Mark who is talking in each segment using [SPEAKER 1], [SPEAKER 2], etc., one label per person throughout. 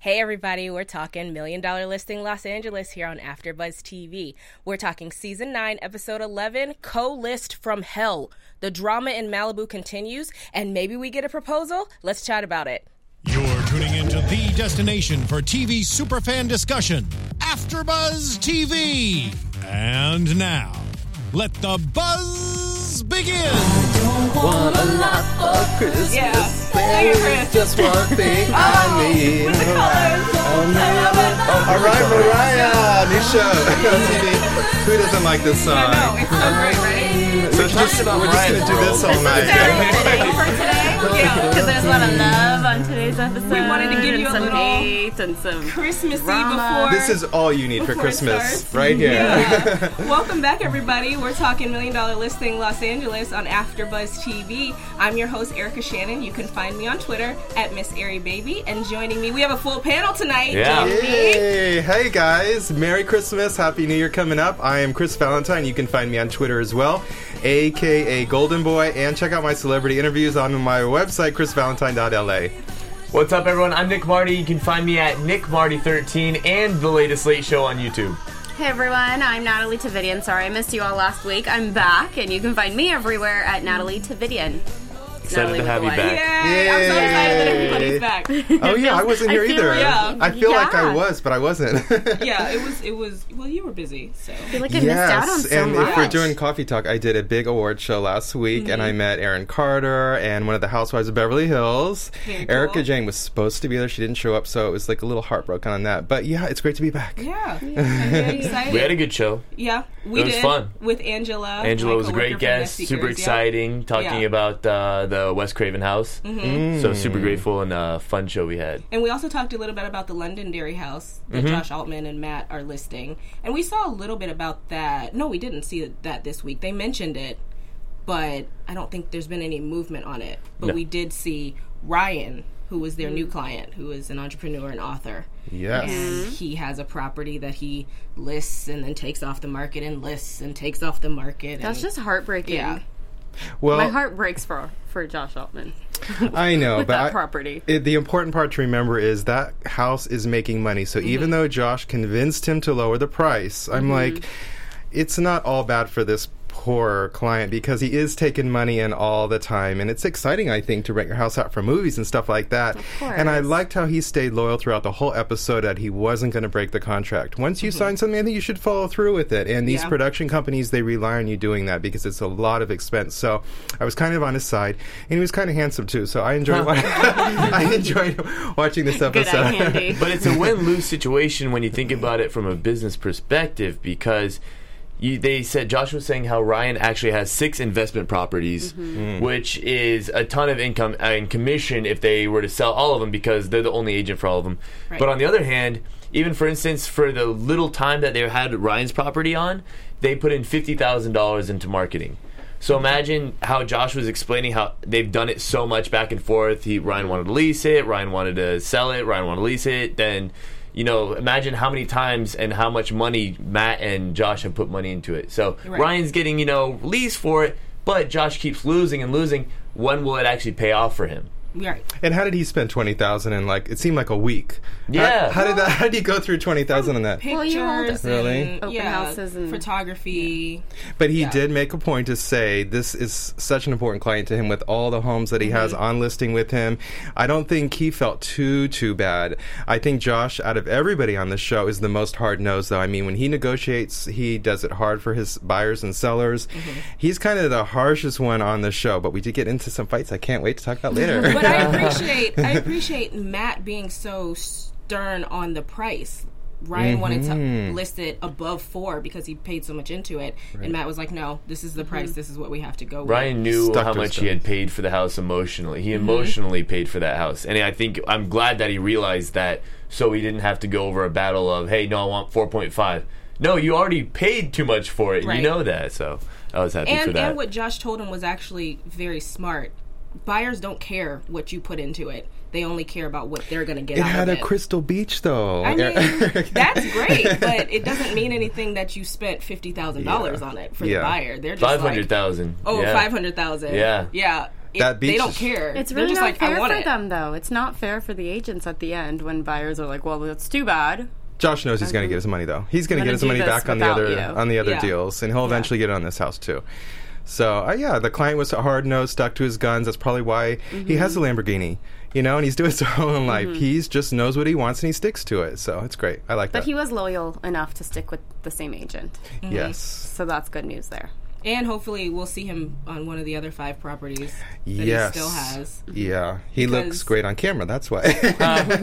[SPEAKER 1] Hey everybody, we're talking Million Dollar Listing Los Angeles here on AfterBuzz TV. We're talking season 9, episode 11, Co-list from Hell. The drama in Malibu continues and maybe we get a proposal. Let's chat about it.
[SPEAKER 2] You're tuning into the destination for TV superfan discussion, AfterBuzz TV. And now, let the buzz begin.
[SPEAKER 3] want a lot for Christmas. There is just one thing I
[SPEAKER 4] Oh.
[SPEAKER 3] need.
[SPEAKER 5] Oh,
[SPEAKER 6] All right, Mariah, Nisha, who doesn't like this song? So it's just, we're just gonna do this all night.
[SPEAKER 5] Because there's a lot of love on today's episode. We
[SPEAKER 1] wanted to give
[SPEAKER 5] and
[SPEAKER 1] you a
[SPEAKER 5] some
[SPEAKER 1] little
[SPEAKER 5] hate and some
[SPEAKER 1] Christmassy
[SPEAKER 5] Drama.
[SPEAKER 1] before.
[SPEAKER 6] This is all you need for
[SPEAKER 1] Before it
[SPEAKER 6] Christmas,
[SPEAKER 1] starts.
[SPEAKER 6] right here.
[SPEAKER 1] Welcome back everybody. We're talking Million Dollar Listing Los Angeles on AfterBuzz TV. I'm your host Erica Shannon. You can find me on Twitter at Miss Airy Baby and joining me, we have a full panel tonight.
[SPEAKER 3] Yeah.
[SPEAKER 6] Yay! Hey guys, Merry Christmas, Happy New Year coming up. I am Chris Valentine. You can find me on Twitter as well, aka Golden Boy, and check out my celebrity interviews on my website, chrisvalentine.la.
[SPEAKER 4] What's up, everyone? I'm Nick Marty. You can find me at NickMarty13 and the latest late show on YouTube.
[SPEAKER 5] Hey everyone, I'm Natalie Tavidian. Sorry I missed you all last week. I'm back, and you can find me everywhere at Natalie Tavidian.
[SPEAKER 4] Excited
[SPEAKER 5] Natalie
[SPEAKER 4] to
[SPEAKER 5] with
[SPEAKER 4] have
[SPEAKER 5] a
[SPEAKER 4] you
[SPEAKER 5] Y.
[SPEAKER 4] back.
[SPEAKER 1] Yay. I'm so excited that everybody's back.
[SPEAKER 6] Oh yeah, I wasn't
[SPEAKER 5] I
[SPEAKER 6] here
[SPEAKER 5] feel
[SPEAKER 6] either.
[SPEAKER 5] like- Yeah.
[SPEAKER 6] I feel like I
[SPEAKER 5] Yeah.
[SPEAKER 6] was, but I wasn't.
[SPEAKER 1] yeah, it was. It was. Well, you were busy, so
[SPEAKER 5] I feel like I missed out on so
[SPEAKER 6] and
[SPEAKER 5] much. Mm-hmm.
[SPEAKER 6] if we're doing coffee talk, I did a big award show last week, and I met Aaron Carter and one of the Housewives of Beverly Hills.
[SPEAKER 1] Very cool.
[SPEAKER 6] Erica Jane was supposed to be there; she didn't show up, so it was like a little heartbroken on that. But yeah, it's great to be back.
[SPEAKER 1] yeah, I'm very excited.
[SPEAKER 4] We had a good show.
[SPEAKER 1] yeah, we
[SPEAKER 4] it was
[SPEAKER 1] did
[SPEAKER 4] fun.
[SPEAKER 1] with Angela.
[SPEAKER 4] Angela
[SPEAKER 1] my
[SPEAKER 4] was a
[SPEAKER 1] coworker
[SPEAKER 4] great
[SPEAKER 1] from
[SPEAKER 4] guest,
[SPEAKER 1] Nest
[SPEAKER 4] super
[SPEAKER 1] Seekers, yeah.
[SPEAKER 4] exciting, talking
[SPEAKER 1] Yeah.
[SPEAKER 4] about uh, the West Craven House. Mm-hmm. So super grateful and uh, fun show we had.
[SPEAKER 1] And we also talked a little bit about the Londonderry house that Josh Altman and Matt are listing, and we saw a little bit about that. No, we didn't see that this week. They mentioned it, but I don't think there's been any movement on it. But
[SPEAKER 4] No.
[SPEAKER 1] we did see Ryan, who was their new
[SPEAKER 5] Mm.
[SPEAKER 1] client, who is an entrepreneur and author.
[SPEAKER 6] Yes.
[SPEAKER 1] and
[SPEAKER 5] Mm-hmm.
[SPEAKER 1] he has a property that he lists and then takes off the market and lists and takes off the market.
[SPEAKER 5] That's
[SPEAKER 1] and-
[SPEAKER 5] just heartbreaking.
[SPEAKER 1] yeah.
[SPEAKER 6] Well,
[SPEAKER 5] My heart breaks for for Josh Altman.
[SPEAKER 6] I know, but
[SPEAKER 5] that
[SPEAKER 6] I-
[SPEAKER 5] property.
[SPEAKER 6] it- the important part to remember is that house is making money. So
[SPEAKER 5] Mm-hmm.
[SPEAKER 6] even though Josh convinced him to lower the price, I'm like, it's not all bad for this poor client because he is taking money in all the time and it's exciting I think to rent your house out for movies and stuff like that. And I
[SPEAKER 5] course.
[SPEAKER 6] liked how he stayed loyal throughout the whole episode that he wasn't going to break the contract. Once you sign something I think you should follow through with it. And these
[SPEAKER 1] Yeah.
[SPEAKER 6] production companies they rely on you doing that because it's a lot of expense. So I was kind of on his side and he was kind of handsome too. So I enjoyed wa- I enjoyed watching this
[SPEAKER 5] Good eye
[SPEAKER 6] episode.
[SPEAKER 5] candy.
[SPEAKER 4] But it's a win lose situation when you think about it from a business perspective because. You, they said Josh was saying how Ryan actually has six investment properties, which is a ton of income and commission if they were to sell all of them because they're the only agent for all of them. But on the other hand, even for instance, for the little time that they had Ryan's property on, they put in fifty thousand dollars into marketing. So imagine how Josh was explaining how they've done it so much back and forth. He Ryan wanted to lease it, Ryan wanted to sell it, Ryan wanted to lease it. Then, you know, imagine how many times and how much money Matt and Josh have put money into it. So
[SPEAKER 1] Right.
[SPEAKER 4] Ryan's getting you know lease for it, but Josh keeps losing and losing. When will it actually pay off for him?
[SPEAKER 1] Right.
[SPEAKER 6] and how did he spend 20,000 in like it seemed like a week? How-
[SPEAKER 4] Yeah.
[SPEAKER 6] How, did that how did he go through 20,000 on that?
[SPEAKER 5] Well, you hold
[SPEAKER 1] Pictures,
[SPEAKER 6] Really?
[SPEAKER 1] and,
[SPEAKER 5] Open
[SPEAKER 1] yeah,
[SPEAKER 5] houses and-
[SPEAKER 1] photography.
[SPEAKER 6] But he did make a point to say this is such an important client to him with all the homes that he has
[SPEAKER 1] Mm-hmm.
[SPEAKER 6] on listing with him. I don't think he felt too too bad. I think Josh, out of everybody on the show, is the most hard nosed though. I mean, when he negotiates, he does it hard for his buyers and sellers.
[SPEAKER 1] Mm-hmm.
[SPEAKER 6] He's kind of the harshest one on the show. But we did get into some fights. I can't wait to talk about later.
[SPEAKER 1] But I appreciate I appreciate Matt being so stern on the price. Ryan wanted
[SPEAKER 6] Mm-hmm.
[SPEAKER 1] to list it above four because he paid so much into it, and Matt was like, "No, this is the price. This is what we have to go."
[SPEAKER 4] Ryan knew
[SPEAKER 6] Stuck
[SPEAKER 4] how
[SPEAKER 6] to Mm-hmm.
[SPEAKER 4] much
[SPEAKER 6] his
[SPEAKER 4] he had paid for the house emotionally. He emotionally paid for that house. And I think I'm glad that he realized that so he didn't have to go over a battle of, hey, no, I want 4.5. No, you already paid too much for it.
[SPEAKER 1] Right.
[SPEAKER 4] You know that. So I was happy
[SPEAKER 1] with.
[SPEAKER 4] for
[SPEAKER 1] And
[SPEAKER 4] that.
[SPEAKER 1] and what Josh told him was actually very smart. Buyers don't care what you put into it; they only care about what they're going to get
[SPEAKER 6] it
[SPEAKER 1] out
[SPEAKER 6] had
[SPEAKER 1] of
[SPEAKER 6] a
[SPEAKER 1] it.
[SPEAKER 6] Crystal Beach though.
[SPEAKER 1] I mean, that's great, but it doesn't mean anything that you spent fifty thousand dollars on it for
[SPEAKER 6] Yeah.
[SPEAKER 1] the buyer. They're just like,
[SPEAKER 4] 500,000.
[SPEAKER 1] oh,
[SPEAKER 4] yeah.
[SPEAKER 1] five hundred thousand.
[SPEAKER 4] Yeah.
[SPEAKER 1] yeah. It,
[SPEAKER 6] That beach
[SPEAKER 1] they don't
[SPEAKER 6] is-
[SPEAKER 1] care.
[SPEAKER 5] It's
[SPEAKER 1] They're
[SPEAKER 5] really
[SPEAKER 1] just
[SPEAKER 5] not
[SPEAKER 1] like,
[SPEAKER 5] fair
[SPEAKER 1] I want
[SPEAKER 5] for
[SPEAKER 1] it.
[SPEAKER 5] them, though. It's not fair for the agents at the end when buyers are like, "Well, that's too bad."
[SPEAKER 6] Josh knows he's going to get his money though. He's going to
[SPEAKER 5] I'm
[SPEAKER 6] get
[SPEAKER 5] gonna
[SPEAKER 6] his money
[SPEAKER 5] do this
[SPEAKER 6] back on the
[SPEAKER 5] without
[SPEAKER 6] other
[SPEAKER 5] you.
[SPEAKER 6] on the other
[SPEAKER 1] Yeah.
[SPEAKER 6] deals, and he'll eventually get it on this house too. So uh, yeah, the client was hard nosed, stuck to his guns. That's probably why he has
[SPEAKER 1] Mm-hmm.
[SPEAKER 6] a Lamborghini, you know, and he's doing so well in life. He's just knows what he wants and he sticks to it. So it's great. I like
[SPEAKER 5] But
[SPEAKER 6] that.
[SPEAKER 5] he was loyal enough to stick with the same agent,
[SPEAKER 6] yes,
[SPEAKER 5] so that's good news there.
[SPEAKER 1] And hopefully we'll see him on one of the other five properties that
[SPEAKER 6] yes,
[SPEAKER 1] he still has.
[SPEAKER 6] Yeah, he looks
[SPEAKER 1] Because-
[SPEAKER 6] great on camera. That's why.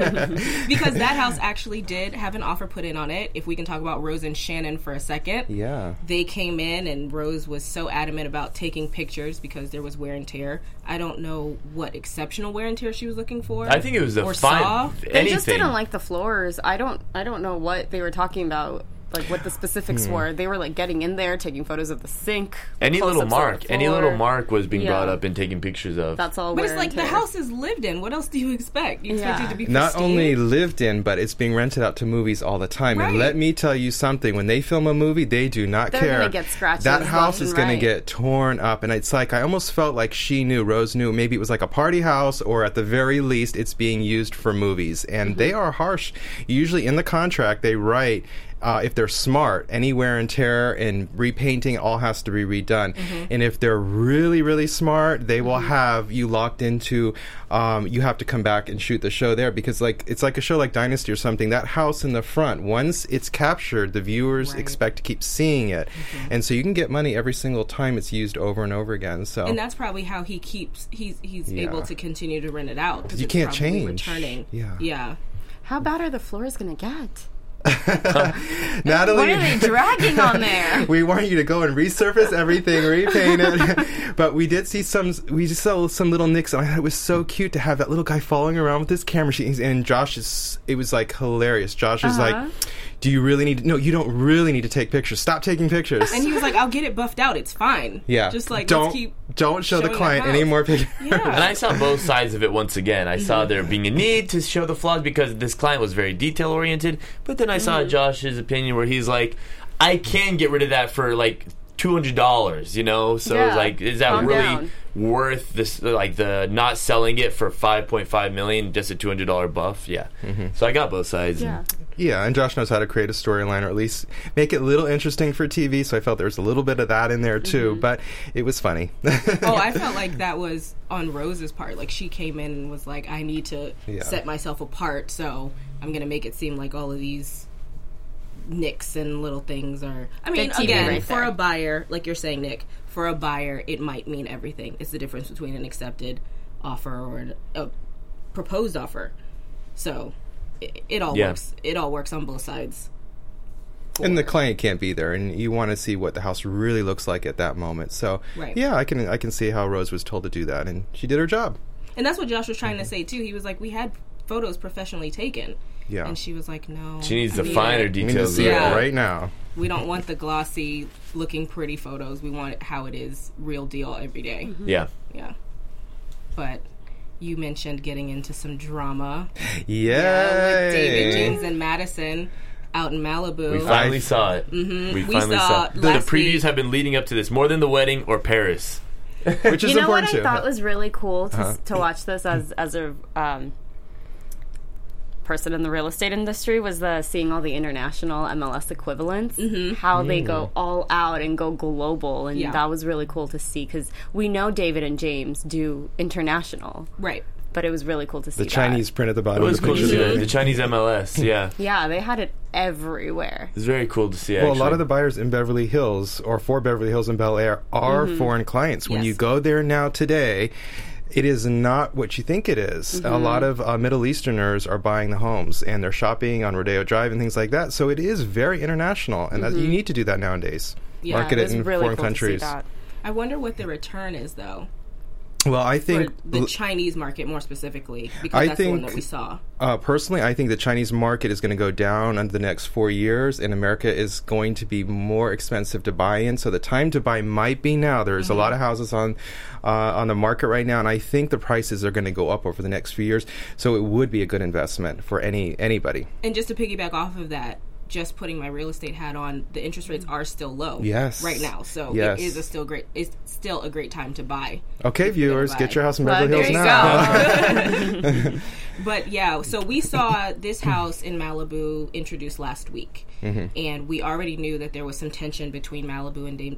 [SPEAKER 1] Because that house actually did have an offer put in on it. If we can talk about Rose and Shannon for a second.
[SPEAKER 6] yeah,
[SPEAKER 1] They came in and Rose was so adamant about taking pictures because there was wear and tear. I don't know what exceptional wear and tear she was looking for.
[SPEAKER 4] I think it was the
[SPEAKER 1] or
[SPEAKER 4] fine.
[SPEAKER 1] saw.
[SPEAKER 4] Anything.
[SPEAKER 5] They just didn't like the floors. I don't. I don't know what they were talking about. Like what the specifics were. They were like getting in there, taking photos of the sink.
[SPEAKER 4] Hmm. any little
[SPEAKER 5] close-ups of the
[SPEAKER 4] mark. Any
[SPEAKER 5] floor.
[SPEAKER 4] little mark was being brought
[SPEAKER 5] Yeah.
[SPEAKER 4] up and taken pictures of.
[SPEAKER 5] That's all.
[SPEAKER 1] But
[SPEAKER 5] wear
[SPEAKER 1] it's
[SPEAKER 5] and
[SPEAKER 1] like the
[SPEAKER 5] tear.
[SPEAKER 1] house is lived in. What else do you expect? You expect
[SPEAKER 5] Yeah.
[SPEAKER 1] it to be
[SPEAKER 6] not
[SPEAKER 1] pristine?
[SPEAKER 6] only lived in, but it's being rented out to movies all the time. And
[SPEAKER 1] Right.
[SPEAKER 6] let me tell you something: when they film a movie, they do not
[SPEAKER 5] They're
[SPEAKER 6] care.
[SPEAKER 5] gonna get scratches
[SPEAKER 6] that
[SPEAKER 5] left
[SPEAKER 6] house
[SPEAKER 5] and
[SPEAKER 6] is going
[SPEAKER 5] right.
[SPEAKER 6] to get torn up, and it's like I almost felt like she knew, Rose knew. Maybe it was like a party house, or at the very least, it's being used for movies. And they
[SPEAKER 5] Mm-hmm.
[SPEAKER 6] are harsh. Usually, in the contract, they write. Uh, if they're smart, any wear and tear and repainting all has to be redone.
[SPEAKER 5] Mm-hmm.
[SPEAKER 6] And if they're really, really smart, they will have you locked into um, you have to come back and shoot the show there because like it's like a show like Dynasty or something. That house in the front, once it's captured, the viewers expect to keep seeing it, and so you can get money every single time it's used over and over again. So
[SPEAKER 1] and that's probably how he keeps he's he's
[SPEAKER 6] Yeah.
[SPEAKER 1] able to continue to rent it out because
[SPEAKER 6] You can't change.
[SPEAKER 1] returning.
[SPEAKER 6] Yeah.
[SPEAKER 1] yeah.
[SPEAKER 5] How bad are the floors gonna get? What are they
[SPEAKER 6] Natalie.
[SPEAKER 5] dragging on there?
[SPEAKER 6] We want you to go and resurface everything, repaint it. but we did see some. We just saw some little nicks, and I thought it was so cute to have that little guy following around with his camera. She's, and Josh is. It was like hilarious. Josh is
[SPEAKER 1] Uh-huh.
[SPEAKER 6] like, "Do you really need? No, you don't really need to take pictures. Stop taking pictures."
[SPEAKER 1] And he was like, "I'll get it buffed out. It's fine."
[SPEAKER 6] Yeah.
[SPEAKER 1] just like
[SPEAKER 6] don't
[SPEAKER 1] let's keep.
[SPEAKER 6] don't show the
[SPEAKER 1] showing
[SPEAKER 6] client
[SPEAKER 1] our
[SPEAKER 6] any
[SPEAKER 1] house.
[SPEAKER 6] more pictures.
[SPEAKER 1] Yeah.
[SPEAKER 4] And I saw both sides of it once again. I
[SPEAKER 1] Mm-hmm.
[SPEAKER 4] saw there being a need to show the flaws because this client was very detail oriented, but then I saw
[SPEAKER 1] Mm-hmm.
[SPEAKER 4] Josh's opinion where he's like, I can get rid of that for like two hundred dollars, you know? So
[SPEAKER 5] Yeah.
[SPEAKER 4] like is that
[SPEAKER 5] Calm
[SPEAKER 4] really
[SPEAKER 5] down.
[SPEAKER 4] worth this like the not selling it for five point five million, just a two hundred dollar buff? Yeah.
[SPEAKER 6] Mm-hmm.
[SPEAKER 4] So I got both sides.
[SPEAKER 5] Yeah.
[SPEAKER 6] Yeah, and Josh knows how to create a storyline or at least make it a little interesting for TV. So I felt there was a little bit of that in there too,
[SPEAKER 1] Mm-hmm.
[SPEAKER 6] but it was funny.
[SPEAKER 1] oh, I felt like that was on Rose's part. Like she came in and was like, "I need to
[SPEAKER 6] Yeah.
[SPEAKER 1] set myself apart, so I'm gonna make it seem like all of these." Nicks and little things are. I mean,
[SPEAKER 5] TV
[SPEAKER 1] again,
[SPEAKER 5] right
[SPEAKER 1] for
[SPEAKER 5] there.
[SPEAKER 1] a buyer, like you're saying, Nick, for a buyer, it might mean everything. It's the difference between an accepted offer or an, a proposed offer. So, it, it all
[SPEAKER 4] Yeah.
[SPEAKER 1] works. It all works on both sides.
[SPEAKER 6] and the client can't be there, and you want to see what the house really looks like at that moment. So
[SPEAKER 1] Right.
[SPEAKER 6] yeah, I can I can see how Rose was told to do that, and she did her job.
[SPEAKER 1] And that's what Josh was
[SPEAKER 4] Mm-hmm.
[SPEAKER 1] trying to say too. He was like, "We had photos professionally taken,"
[SPEAKER 6] Yeah,
[SPEAKER 1] and she was like, "No,
[SPEAKER 4] Oh. She needs
[SPEAKER 1] I
[SPEAKER 4] the
[SPEAKER 1] mean,
[SPEAKER 4] finer
[SPEAKER 6] we need to
[SPEAKER 4] details.
[SPEAKER 6] see
[SPEAKER 1] Yeah.
[SPEAKER 6] it right now.
[SPEAKER 1] We don't want the glossy, looking pretty photos. We want it how it is, real deal, every day.
[SPEAKER 4] Yeah.
[SPEAKER 1] Yeah." But you mentioned getting into some drama
[SPEAKER 6] Yay!
[SPEAKER 1] with David James and Madison out in Malibu.
[SPEAKER 4] We finally saw it. We
[SPEAKER 1] Mm-hmm. We
[SPEAKER 4] finally
[SPEAKER 1] saw
[SPEAKER 4] saw,
[SPEAKER 1] it
[SPEAKER 4] it. The
[SPEAKER 1] last
[SPEAKER 4] previews
[SPEAKER 1] week.
[SPEAKER 4] have been leading up to this more than the wedding or Paris.
[SPEAKER 6] which is
[SPEAKER 5] you know what
[SPEAKER 6] important
[SPEAKER 5] I
[SPEAKER 6] too. Uh-huh.
[SPEAKER 5] thought was really cool to, to watch this as as a um, person in the real estate industry was the seeing all the international MLS equivalents, how they go all out and go global, and
[SPEAKER 1] Yeah.
[SPEAKER 5] that was really cool to see because we know David and James do international,
[SPEAKER 1] right.
[SPEAKER 5] but it was really cool to see
[SPEAKER 6] the
[SPEAKER 5] that.
[SPEAKER 6] Chinese print at the bottom
[SPEAKER 4] It was
[SPEAKER 6] of the
[SPEAKER 4] cool to
[SPEAKER 6] picture.
[SPEAKER 4] see that. The Chinese MLS, yeah.
[SPEAKER 5] Yeah, they had it everywhere.
[SPEAKER 4] It's very cool to see.
[SPEAKER 6] Well,
[SPEAKER 4] Actually.
[SPEAKER 6] a lot of the buyers in Beverly Hills or for Beverly Hills and Bel Air are
[SPEAKER 5] Mm-hmm.
[SPEAKER 6] foreign clients. When you
[SPEAKER 1] Yes.
[SPEAKER 6] go there now today, it is not what you think it is. A
[SPEAKER 5] Mm-hmm.
[SPEAKER 6] lot of uh, Middle Easterners are buying the homes and they're shopping on Rodeo Drive and things like that. So it is very international, and that, you need to do that nowadays.
[SPEAKER 1] Yeah,
[SPEAKER 6] Market
[SPEAKER 5] Mm-hmm. It
[SPEAKER 6] it
[SPEAKER 5] was
[SPEAKER 6] in
[SPEAKER 5] really
[SPEAKER 6] foreign
[SPEAKER 5] cool
[SPEAKER 6] countries.
[SPEAKER 5] to see that.
[SPEAKER 1] I wonder what the return is though
[SPEAKER 6] Well, I
[SPEAKER 1] for
[SPEAKER 6] think
[SPEAKER 1] the Chinese market more specifically because
[SPEAKER 6] I
[SPEAKER 1] that's the one
[SPEAKER 6] think-
[SPEAKER 1] that we saw.
[SPEAKER 6] Uh, personally, I think the Chinese market is going to go down under the next four years, and America is going to be more expensive to buy in. So the time to buy might be now. There's a lot
[SPEAKER 5] Mm-hmm.
[SPEAKER 6] of houses on uh, on the market right now, and I think the prices are going to go up over the next few years. So it would be a good investment for any anybody.
[SPEAKER 1] And just to piggyback off of that, just putting my real estate hat on, the interest rates are still low.
[SPEAKER 6] Yes.
[SPEAKER 1] Right now, so
[SPEAKER 6] Yes.
[SPEAKER 1] it is a still great. It's still a great time to buy.
[SPEAKER 6] Okay, viewers,
[SPEAKER 1] Goodbye.
[SPEAKER 6] get your house in
[SPEAKER 5] Well,
[SPEAKER 6] Beverly
[SPEAKER 5] Oh, there
[SPEAKER 6] Hills
[SPEAKER 5] you
[SPEAKER 6] now.
[SPEAKER 1] But yeah, so we saw this house in Malibu introduced last week,
[SPEAKER 6] Mm-hmm.
[SPEAKER 1] and we already knew that there was some tension between Malibu and da-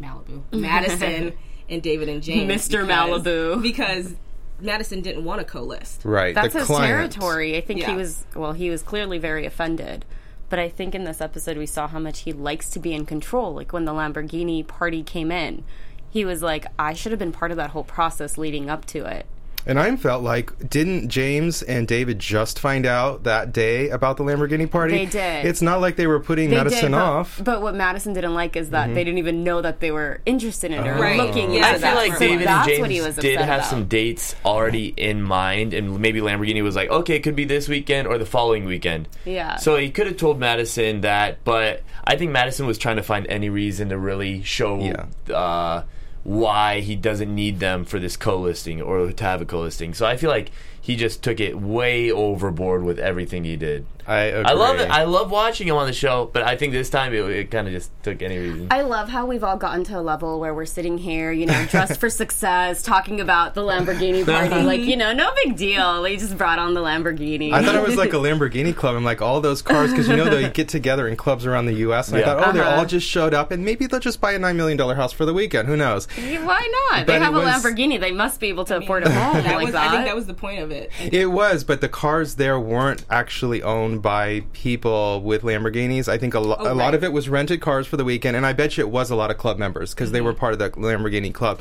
[SPEAKER 1] Malibu, Madison and David and James, because-
[SPEAKER 5] Mr. Malibu.
[SPEAKER 1] because Madison didn't want a co-list.
[SPEAKER 6] Right,
[SPEAKER 5] That's
[SPEAKER 6] the
[SPEAKER 5] his
[SPEAKER 6] client.
[SPEAKER 5] territory. I think
[SPEAKER 1] Yeah.
[SPEAKER 5] he was well, he was clearly very offended. But I think in this episode we saw how much he likes to be in control. Like when the Lamborghini party came in, he was like, I should have been part of that whole process leading up to it.
[SPEAKER 6] And I felt like, didn't James and David just find out that day about the Lamborghini party?
[SPEAKER 5] They did.
[SPEAKER 6] It's not like they were putting
[SPEAKER 5] They did,
[SPEAKER 6] Madison
[SPEAKER 5] but-
[SPEAKER 6] off. Mm-hmm.
[SPEAKER 5] But what Madison didn't like is that they didn't even know that they were interested in her or
[SPEAKER 1] Right.
[SPEAKER 5] looking
[SPEAKER 1] Yeah,
[SPEAKER 5] into
[SPEAKER 4] I
[SPEAKER 1] that's
[SPEAKER 4] feel
[SPEAKER 5] that.
[SPEAKER 4] like
[SPEAKER 5] So
[SPEAKER 4] David and
[SPEAKER 5] that's
[SPEAKER 4] James
[SPEAKER 5] what he was upset
[SPEAKER 4] did have
[SPEAKER 5] about.
[SPEAKER 4] some dates already in mind, and maybe Lamborghini was like, okay, it could be this weekend or the following weekend.
[SPEAKER 5] Yeah.
[SPEAKER 4] So he could have told Madison that, but I think Madison was trying to find any reason to really show
[SPEAKER 6] Yeah.
[SPEAKER 4] uh, why he doesn't need them for this co listing or to have a co listing. So I feel like he just took it way overboard with everything he did.
[SPEAKER 6] I agree.
[SPEAKER 4] I love it. I love watching him on the show, but I think this time it, it kind of just took any reason.
[SPEAKER 5] I love how we've all gotten to a level where we're sitting here, you know, dressed for success, talking about the Lamborghini party. like, you know, no big deal. They just brought on the Lamborghini.
[SPEAKER 6] I thought it was like a Lamborghini club. I'm like, all those cars, because you know they get together in clubs around the U.S. And
[SPEAKER 4] Yeah.
[SPEAKER 6] I thought, oh, they
[SPEAKER 5] Uh-huh.
[SPEAKER 6] all just showed up, and maybe they'll just buy a $9 million house for the weekend. Who knows?
[SPEAKER 5] Yeah, Why not? They
[SPEAKER 6] But
[SPEAKER 5] have
[SPEAKER 6] it
[SPEAKER 5] a
[SPEAKER 6] was-
[SPEAKER 5] Lamborghini. They must be able to afford a home
[SPEAKER 1] That
[SPEAKER 5] like
[SPEAKER 1] was,
[SPEAKER 5] that.
[SPEAKER 1] I think that was the point of it. I
[SPEAKER 6] It was, but the cars there weren't actually owned by people with Lamborghinis. I think a, lo- a
[SPEAKER 5] Oh,
[SPEAKER 6] lot
[SPEAKER 1] right.
[SPEAKER 6] of it was rented cars for the weekend, and I bet you it was a lot of club members because
[SPEAKER 5] Mm-hmm.
[SPEAKER 6] they were part of the Lamborghini club.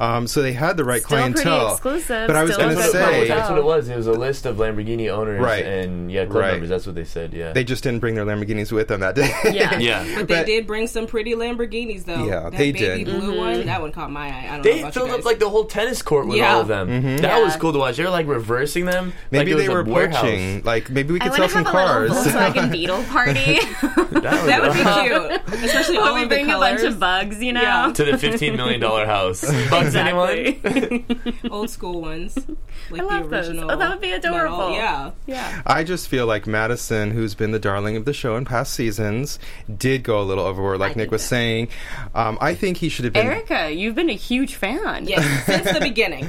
[SPEAKER 6] Um, so they had the right
[SPEAKER 5] Still pretty
[SPEAKER 6] clientele.
[SPEAKER 5] exclusive,
[SPEAKER 6] But I was
[SPEAKER 5] still
[SPEAKER 6] going to
[SPEAKER 5] pretty
[SPEAKER 4] That's what, it was.
[SPEAKER 6] say
[SPEAKER 5] exclusive.
[SPEAKER 4] that's what it was. It was a list of Lamborghini owners
[SPEAKER 6] Right.
[SPEAKER 4] and yeah, club
[SPEAKER 6] Right.
[SPEAKER 4] members. That's what they said. Yeah.
[SPEAKER 6] they just didn't bring their Lamborghinis with them that day.
[SPEAKER 5] yeah.
[SPEAKER 4] yeah.
[SPEAKER 1] But they
[SPEAKER 6] But-
[SPEAKER 1] did bring some pretty Lamborghinis, though.
[SPEAKER 6] Yeah,
[SPEAKER 1] that
[SPEAKER 6] they
[SPEAKER 1] baby
[SPEAKER 6] did.
[SPEAKER 1] blue
[SPEAKER 5] Mm-hmm.
[SPEAKER 1] one. That one caught my eye. I don't know
[SPEAKER 4] They
[SPEAKER 1] about
[SPEAKER 4] filled
[SPEAKER 1] you guys.
[SPEAKER 4] up like the whole tennis court with
[SPEAKER 1] Yeah.
[SPEAKER 4] all of them. That
[SPEAKER 5] Yeah.
[SPEAKER 4] was cool to watch. They were like reversing them.
[SPEAKER 6] Mm-hmm.
[SPEAKER 4] like
[SPEAKER 6] Maybe
[SPEAKER 4] it
[SPEAKER 6] they
[SPEAKER 4] was
[SPEAKER 6] were
[SPEAKER 4] a warehouse.
[SPEAKER 6] poaching. Like maybe we
[SPEAKER 5] I
[SPEAKER 6] could
[SPEAKER 5] want
[SPEAKER 6] sell
[SPEAKER 5] to have
[SPEAKER 6] some
[SPEAKER 5] a little
[SPEAKER 6] cars.
[SPEAKER 5] Volkswagen Beetle party.
[SPEAKER 4] That,
[SPEAKER 1] that would
[SPEAKER 4] was
[SPEAKER 1] be cute, especially all
[SPEAKER 5] Where we
[SPEAKER 1] of the
[SPEAKER 5] bring a bunch
[SPEAKER 1] colors.
[SPEAKER 5] of bugs, you know?
[SPEAKER 1] Yeah.
[SPEAKER 4] to the fifteen million dollar house. Bugs
[SPEAKER 5] Exactly.
[SPEAKER 4] anyone?
[SPEAKER 1] old school ones. Like
[SPEAKER 5] love
[SPEAKER 1] the
[SPEAKER 5] those.
[SPEAKER 1] original.
[SPEAKER 5] Oh, that would be
[SPEAKER 1] metal.
[SPEAKER 5] adorable.
[SPEAKER 1] Yeah.
[SPEAKER 6] I just feel like Madison, who's been the darling of the show in past seasons, did go a little overboard, like Nick
[SPEAKER 5] think
[SPEAKER 6] was
[SPEAKER 5] that-
[SPEAKER 6] saying. Um, I think he should have been.
[SPEAKER 5] Erica, you've been a huge fan.
[SPEAKER 1] Yes, since the beginning.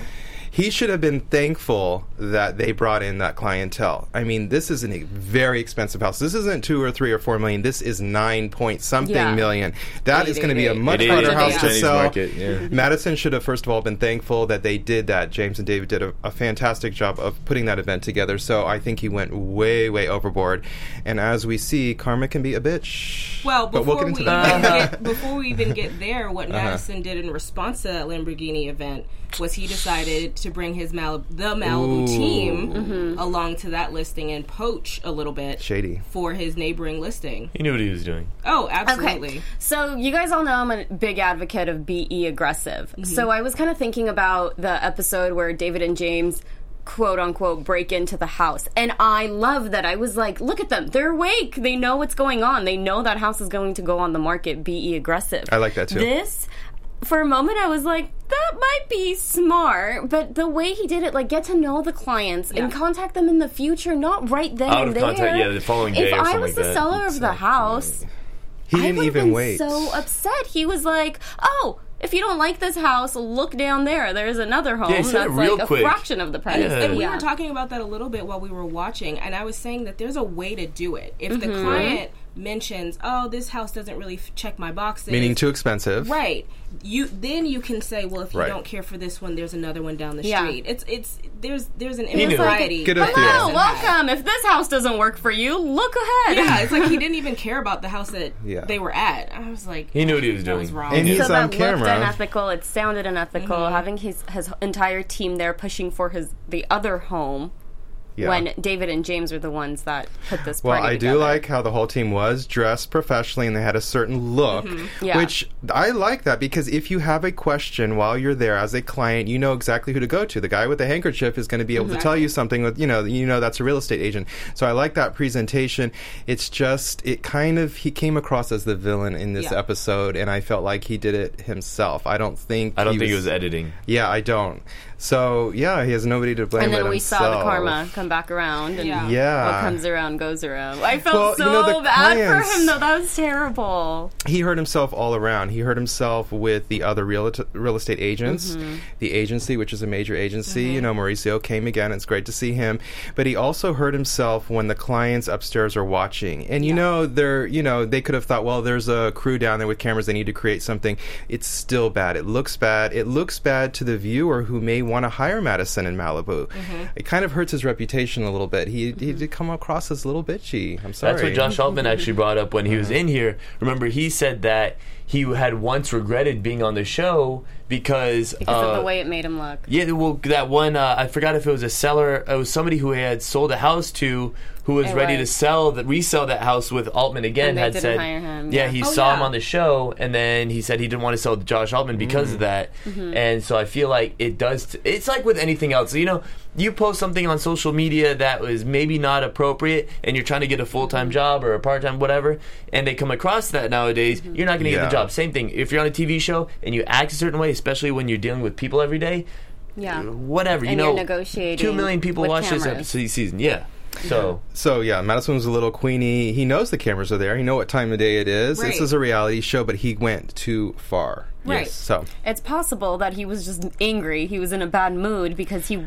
[SPEAKER 6] he should have been thankful that they brought in that clientele. I mean, this is a very expensive house. This isn't two or three or four million. This is nine point something
[SPEAKER 5] Yeah.
[SPEAKER 6] million. That is going to be a much
[SPEAKER 4] It is.
[SPEAKER 6] harder
[SPEAKER 4] It's
[SPEAKER 6] house
[SPEAKER 4] a
[SPEAKER 6] to
[SPEAKER 4] Chinese
[SPEAKER 6] sell.
[SPEAKER 4] market, yeah.
[SPEAKER 6] Madison should have first of all been thankful that they did that. James and David did a, a fantastic job of putting that event together. So I think he went way, way overboard. And as we see, karma can be a bitch.
[SPEAKER 1] Well,
[SPEAKER 6] but
[SPEAKER 1] before
[SPEAKER 6] we'll get
[SPEAKER 1] we
[SPEAKER 6] into
[SPEAKER 1] even
[SPEAKER 6] that. Uh-huh.
[SPEAKER 1] get, before we even get there, what Madison did in response to that Lamborghini event was he decided to bring his Malib- the Malibu
[SPEAKER 6] Ooh.
[SPEAKER 1] team along to that listing and poach a little bit
[SPEAKER 6] Shady.
[SPEAKER 1] for his neighboring listing.
[SPEAKER 4] He knew what he was doing.
[SPEAKER 1] Oh,
[SPEAKER 5] Okay.
[SPEAKER 1] absolutely.
[SPEAKER 5] So you guys all know I'm a big advocate of BE aggressive.
[SPEAKER 1] Mm-hmm.
[SPEAKER 5] So I was kind of thinking about the episode where David and James quote unquote break into the house. And I love that. I was like, look at them. They're awake. They know what's going on. They know that house is going to go on the market. BE aggressive.
[SPEAKER 6] I like that too.
[SPEAKER 5] This for a moment I was like, that might be smart, but the way he did it, like get to know the clients and contact them in the future, not right then
[SPEAKER 4] Out
[SPEAKER 5] and
[SPEAKER 4] of
[SPEAKER 5] there.
[SPEAKER 4] contact, yeah, the following day
[SPEAKER 5] If
[SPEAKER 4] or
[SPEAKER 5] I
[SPEAKER 4] something
[SPEAKER 5] was
[SPEAKER 4] like
[SPEAKER 5] the
[SPEAKER 4] that.
[SPEAKER 5] seller of the house,
[SPEAKER 6] he
[SPEAKER 5] I
[SPEAKER 6] didn't
[SPEAKER 5] would've
[SPEAKER 6] even
[SPEAKER 5] been
[SPEAKER 6] wait.
[SPEAKER 5] So upset. He was like, "Oh, if you don't like this house, look down there. There's another home
[SPEAKER 4] Yeah, he said it
[SPEAKER 5] that's
[SPEAKER 4] real
[SPEAKER 5] like
[SPEAKER 4] quick.
[SPEAKER 5] a fraction of the price."
[SPEAKER 4] Yeah.
[SPEAKER 5] And
[SPEAKER 1] We
[SPEAKER 5] we were
[SPEAKER 1] were
[SPEAKER 5] talking.
[SPEAKER 1] talking about that a little bit while we were watching, and I was saying that there's a way to do it. If the client mentions, "Oh, this house doesn't really f- check my boxes,"
[SPEAKER 6] Meaning too expensive.
[SPEAKER 1] Right. You then you can say, well, if you
[SPEAKER 6] Right.
[SPEAKER 1] don't care for this one, there's another one down the
[SPEAKER 5] Yeah.
[SPEAKER 1] street. It's it's there's there's an
[SPEAKER 4] knew.
[SPEAKER 1] impropriety.
[SPEAKER 6] Get a
[SPEAKER 1] that
[SPEAKER 6] feel.
[SPEAKER 1] Madison had.
[SPEAKER 5] Hello, "Oh, welcome. If this house doesn't work for you, look ahead.
[SPEAKER 1] Yeah, it's like he didn't even care about the house that
[SPEAKER 6] Yeah.
[SPEAKER 1] they were at. I was like,
[SPEAKER 4] He knew what he was doing.
[SPEAKER 1] was wrong.
[SPEAKER 6] And
[SPEAKER 4] He
[SPEAKER 6] he's
[SPEAKER 4] knew.
[SPEAKER 5] So
[SPEAKER 6] on
[SPEAKER 5] that looked
[SPEAKER 6] camera.
[SPEAKER 5] unethical. It sounded unethical. Having his his entire team there pushing for his the other home
[SPEAKER 6] Yeah.
[SPEAKER 5] when David and James were the ones that put this.
[SPEAKER 6] Well,
[SPEAKER 5] party
[SPEAKER 6] I do
[SPEAKER 5] together.
[SPEAKER 6] like how the whole team was dressed professionally and they had a certain look,
[SPEAKER 5] Mm-hmm. Yeah.
[SPEAKER 6] which I like that because if you have a question while you're there as a client, you know exactly who to go to. The guy with the handkerchief is going to be able to tell you something with, you know, you know that's a real estate agent. So I like that presentation. It's just it kind of he came across as the villain in this
[SPEAKER 1] Yeah.
[SPEAKER 6] episode and I felt like he did it himself. I don't think
[SPEAKER 4] I don't
[SPEAKER 6] he
[SPEAKER 4] think it was editing.
[SPEAKER 6] yeah, I don't. So yeah, he has nobody to blame.
[SPEAKER 5] And then
[SPEAKER 6] but
[SPEAKER 5] we saw the
[SPEAKER 6] himself.
[SPEAKER 5] karma come back around, and
[SPEAKER 1] Yeah.
[SPEAKER 6] Yeah.
[SPEAKER 5] what comes around goes around. I felt
[SPEAKER 6] Well, you
[SPEAKER 5] so
[SPEAKER 6] know, the
[SPEAKER 5] bad
[SPEAKER 6] clients-
[SPEAKER 5] for him, though. That was terrible.
[SPEAKER 6] he hurt himself all around. He hurt himself with the other real, real estate agents, the agency, which is a major agency. You know, Mauricio came again. It's great to see him, but he also hurt himself when the clients upstairs are watching. And you know, they're you know they could have thought, well, there's a crew down there with cameras. They need to create something. It's still bad. It looks bad. It looks bad to the viewer who may want to hire Madison in Malibu. It kind of hurts his reputation a little bit. He he did come across as a little bitchy. I'm sorry.
[SPEAKER 4] That's what Josh Altman actually brought up when he was in here. Remember, he said that he had once regretted being on the show because,
[SPEAKER 5] Because of
[SPEAKER 4] uh,
[SPEAKER 5] the way it made him look.
[SPEAKER 4] Yeah, well, that one uh, I forgot if it was a seller. It was somebody who had sold a house to, who was
[SPEAKER 5] It
[SPEAKER 4] ready
[SPEAKER 5] was.
[SPEAKER 4] to sell that resell that house with Altman again.
[SPEAKER 5] And they
[SPEAKER 4] had
[SPEAKER 5] didn't
[SPEAKER 4] said,
[SPEAKER 5] hire him,
[SPEAKER 4] yeah,
[SPEAKER 5] yeah.
[SPEAKER 4] he
[SPEAKER 1] Oh,
[SPEAKER 4] saw him
[SPEAKER 1] yeah.
[SPEAKER 4] on the show, and then he said he didn't want to sell to Josh Altman because of that.
[SPEAKER 5] Mm-hmm.
[SPEAKER 4] And so I feel like it does. T- it's like with anything else, you know. You post something on social media that was maybe not appropriate, and you're trying to get a full
[SPEAKER 5] Mm-hmm.
[SPEAKER 4] time job or a part time whatever, and they come across that nowadays,
[SPEAKER 5] Mm-hmm.
[SPEAKER 4] you're not going to get
[SPEAKER 6] Yeah.
[SPEAKER 4] the job. Same thing. If you're on a TV show and you act a certain way, especially when you're dealing with people every day,
[SPEAKER 5] Yeah.
[SPEAKER 4] whatever. you
[SPEAKER 5] And
[SPEAKER 4] know,
[SPEAKER 5] you're negotiating
[SPEAKER 4] Two million people
[SPEAKER 5] with
[SPEAKER 4] watch this
[SPEAKER 5] cameras.
[SPEAKER 4] episode season. Yeah. So
[SPEAKER 6] So yeah, Madison was a little queenie. He knows the cameras are there. He know what time of day it is. This
[SPEAKER 1] Right.
[SPEAKER 6] is a reality show, but he went too far.
[SPEAKER 1] Right.
[SPEAKER 6] So
[SPEAKER 5] It's possible that he was just angry. He was in a bad mood because he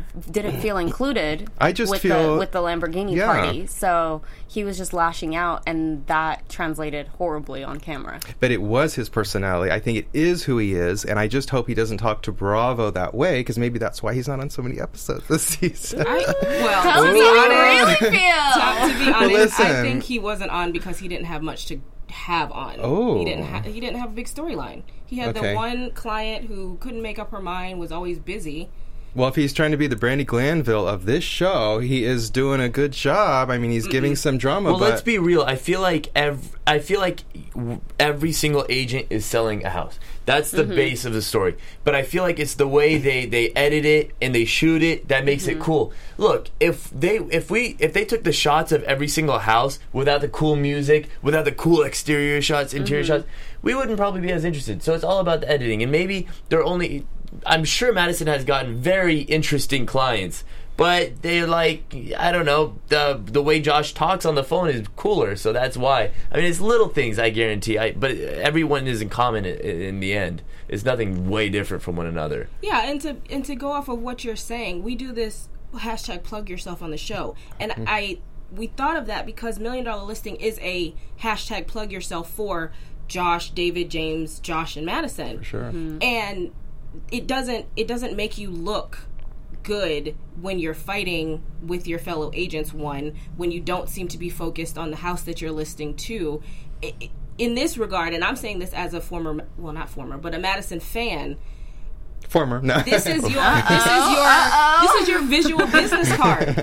[SPEAKER 5] didn't feel included.
[SPEAKER 6] I just
[SPEAKER 5] with
[SPEAKER 6] feel-
[SPEAKER 5] the, with the Lamborghini
[SPEAKER 6] Yeah.
[SPEAKER 5] party, so he was just lashing out, and that translated horribly on camera.
[SPEAKER 6] but it was his personality. I think it is who he is, and I just hope he doesn't talk to Bravo that way because maybe that's why he's not on so many episodes this season.
[SPEAKER 1] I, well,
[SPEAKER 5] Tell
[SPEAKER 1] to
[SPEAKER 5] us
[SPEAKER 1] be
[SPEAKER 5] how
[SPEAKER 1] honest-
[SPEAKER 5] you really feel.
[SPEAKER 1] to be honest, I
[SPEAKER 6] listen.
[SPEAKER 1] think he wasn't on because he didn't have much to have on.
[SPEAKER 6] Oh.
[SPEAKER 1] he didn't. Ha- he didn't have a big storyline. He had
[SPEAKER 6] Okay.
[SPEAKER 1] the one client who couldn't make up her mind, was always busy.
[SPEAKER 6] Well, if he's trying to be the Brandy Glanville of this show, he is doing a good job. I mean, he's giving
[SPEAKER 1] Mm-hmm.
[SPEAKER 6] some drama.
[SPEAKER 4] well,
[SPEAKER 6] but
[SPEAKER 4] let's be real. I feel like ev- I feel like w- every single agent is selling a house. That's the
[SPEAKER 5] Mm-hmm.
[SPEAKER 4] base of the story. But I feel like it's the way they they edit it and they shoot it that makes
[SPEAKER 5] Mm-hmm.
[SPEAKER 4] it cool. Look, if they if we if they took the shots of every single house without the cool music, without the cool exterior shots, interior
[SPEAKER 5] Mm-hmm.
[SPEAKER 4] shots, we wouldn't probably be as interested. So it's all about the editing. And maybe they're only I'm sure Madison has gotten very interesting clients, but they like I don't know the the way Josh talks on the phone is cooler, so that's why. I mean, it's little things I guarantee. I but everyone is in common in, in the end. It's nothing way different from one another.
[SPEAKER 1] Yeah, and to and to go off of what you're saying, we do this hashtag plug yourself on the show, and I we thought of that because Million Dollar Listing is a hashtag plug yourself for Josh, David, James, Josh, and Madison. For
[SPEAKER 6] sure.
[SPEAKER 1] and it doesn't it doesn't make you look good when you're fighting with your fellow agents one when you don't seem to be focused on the house that you're listing to I- I- in this regard and i'm saying this as a former well not former but a madison fan
[SPEAKER 6] former. No,
[SPEAKER 1] this is your this is your this is your visual business card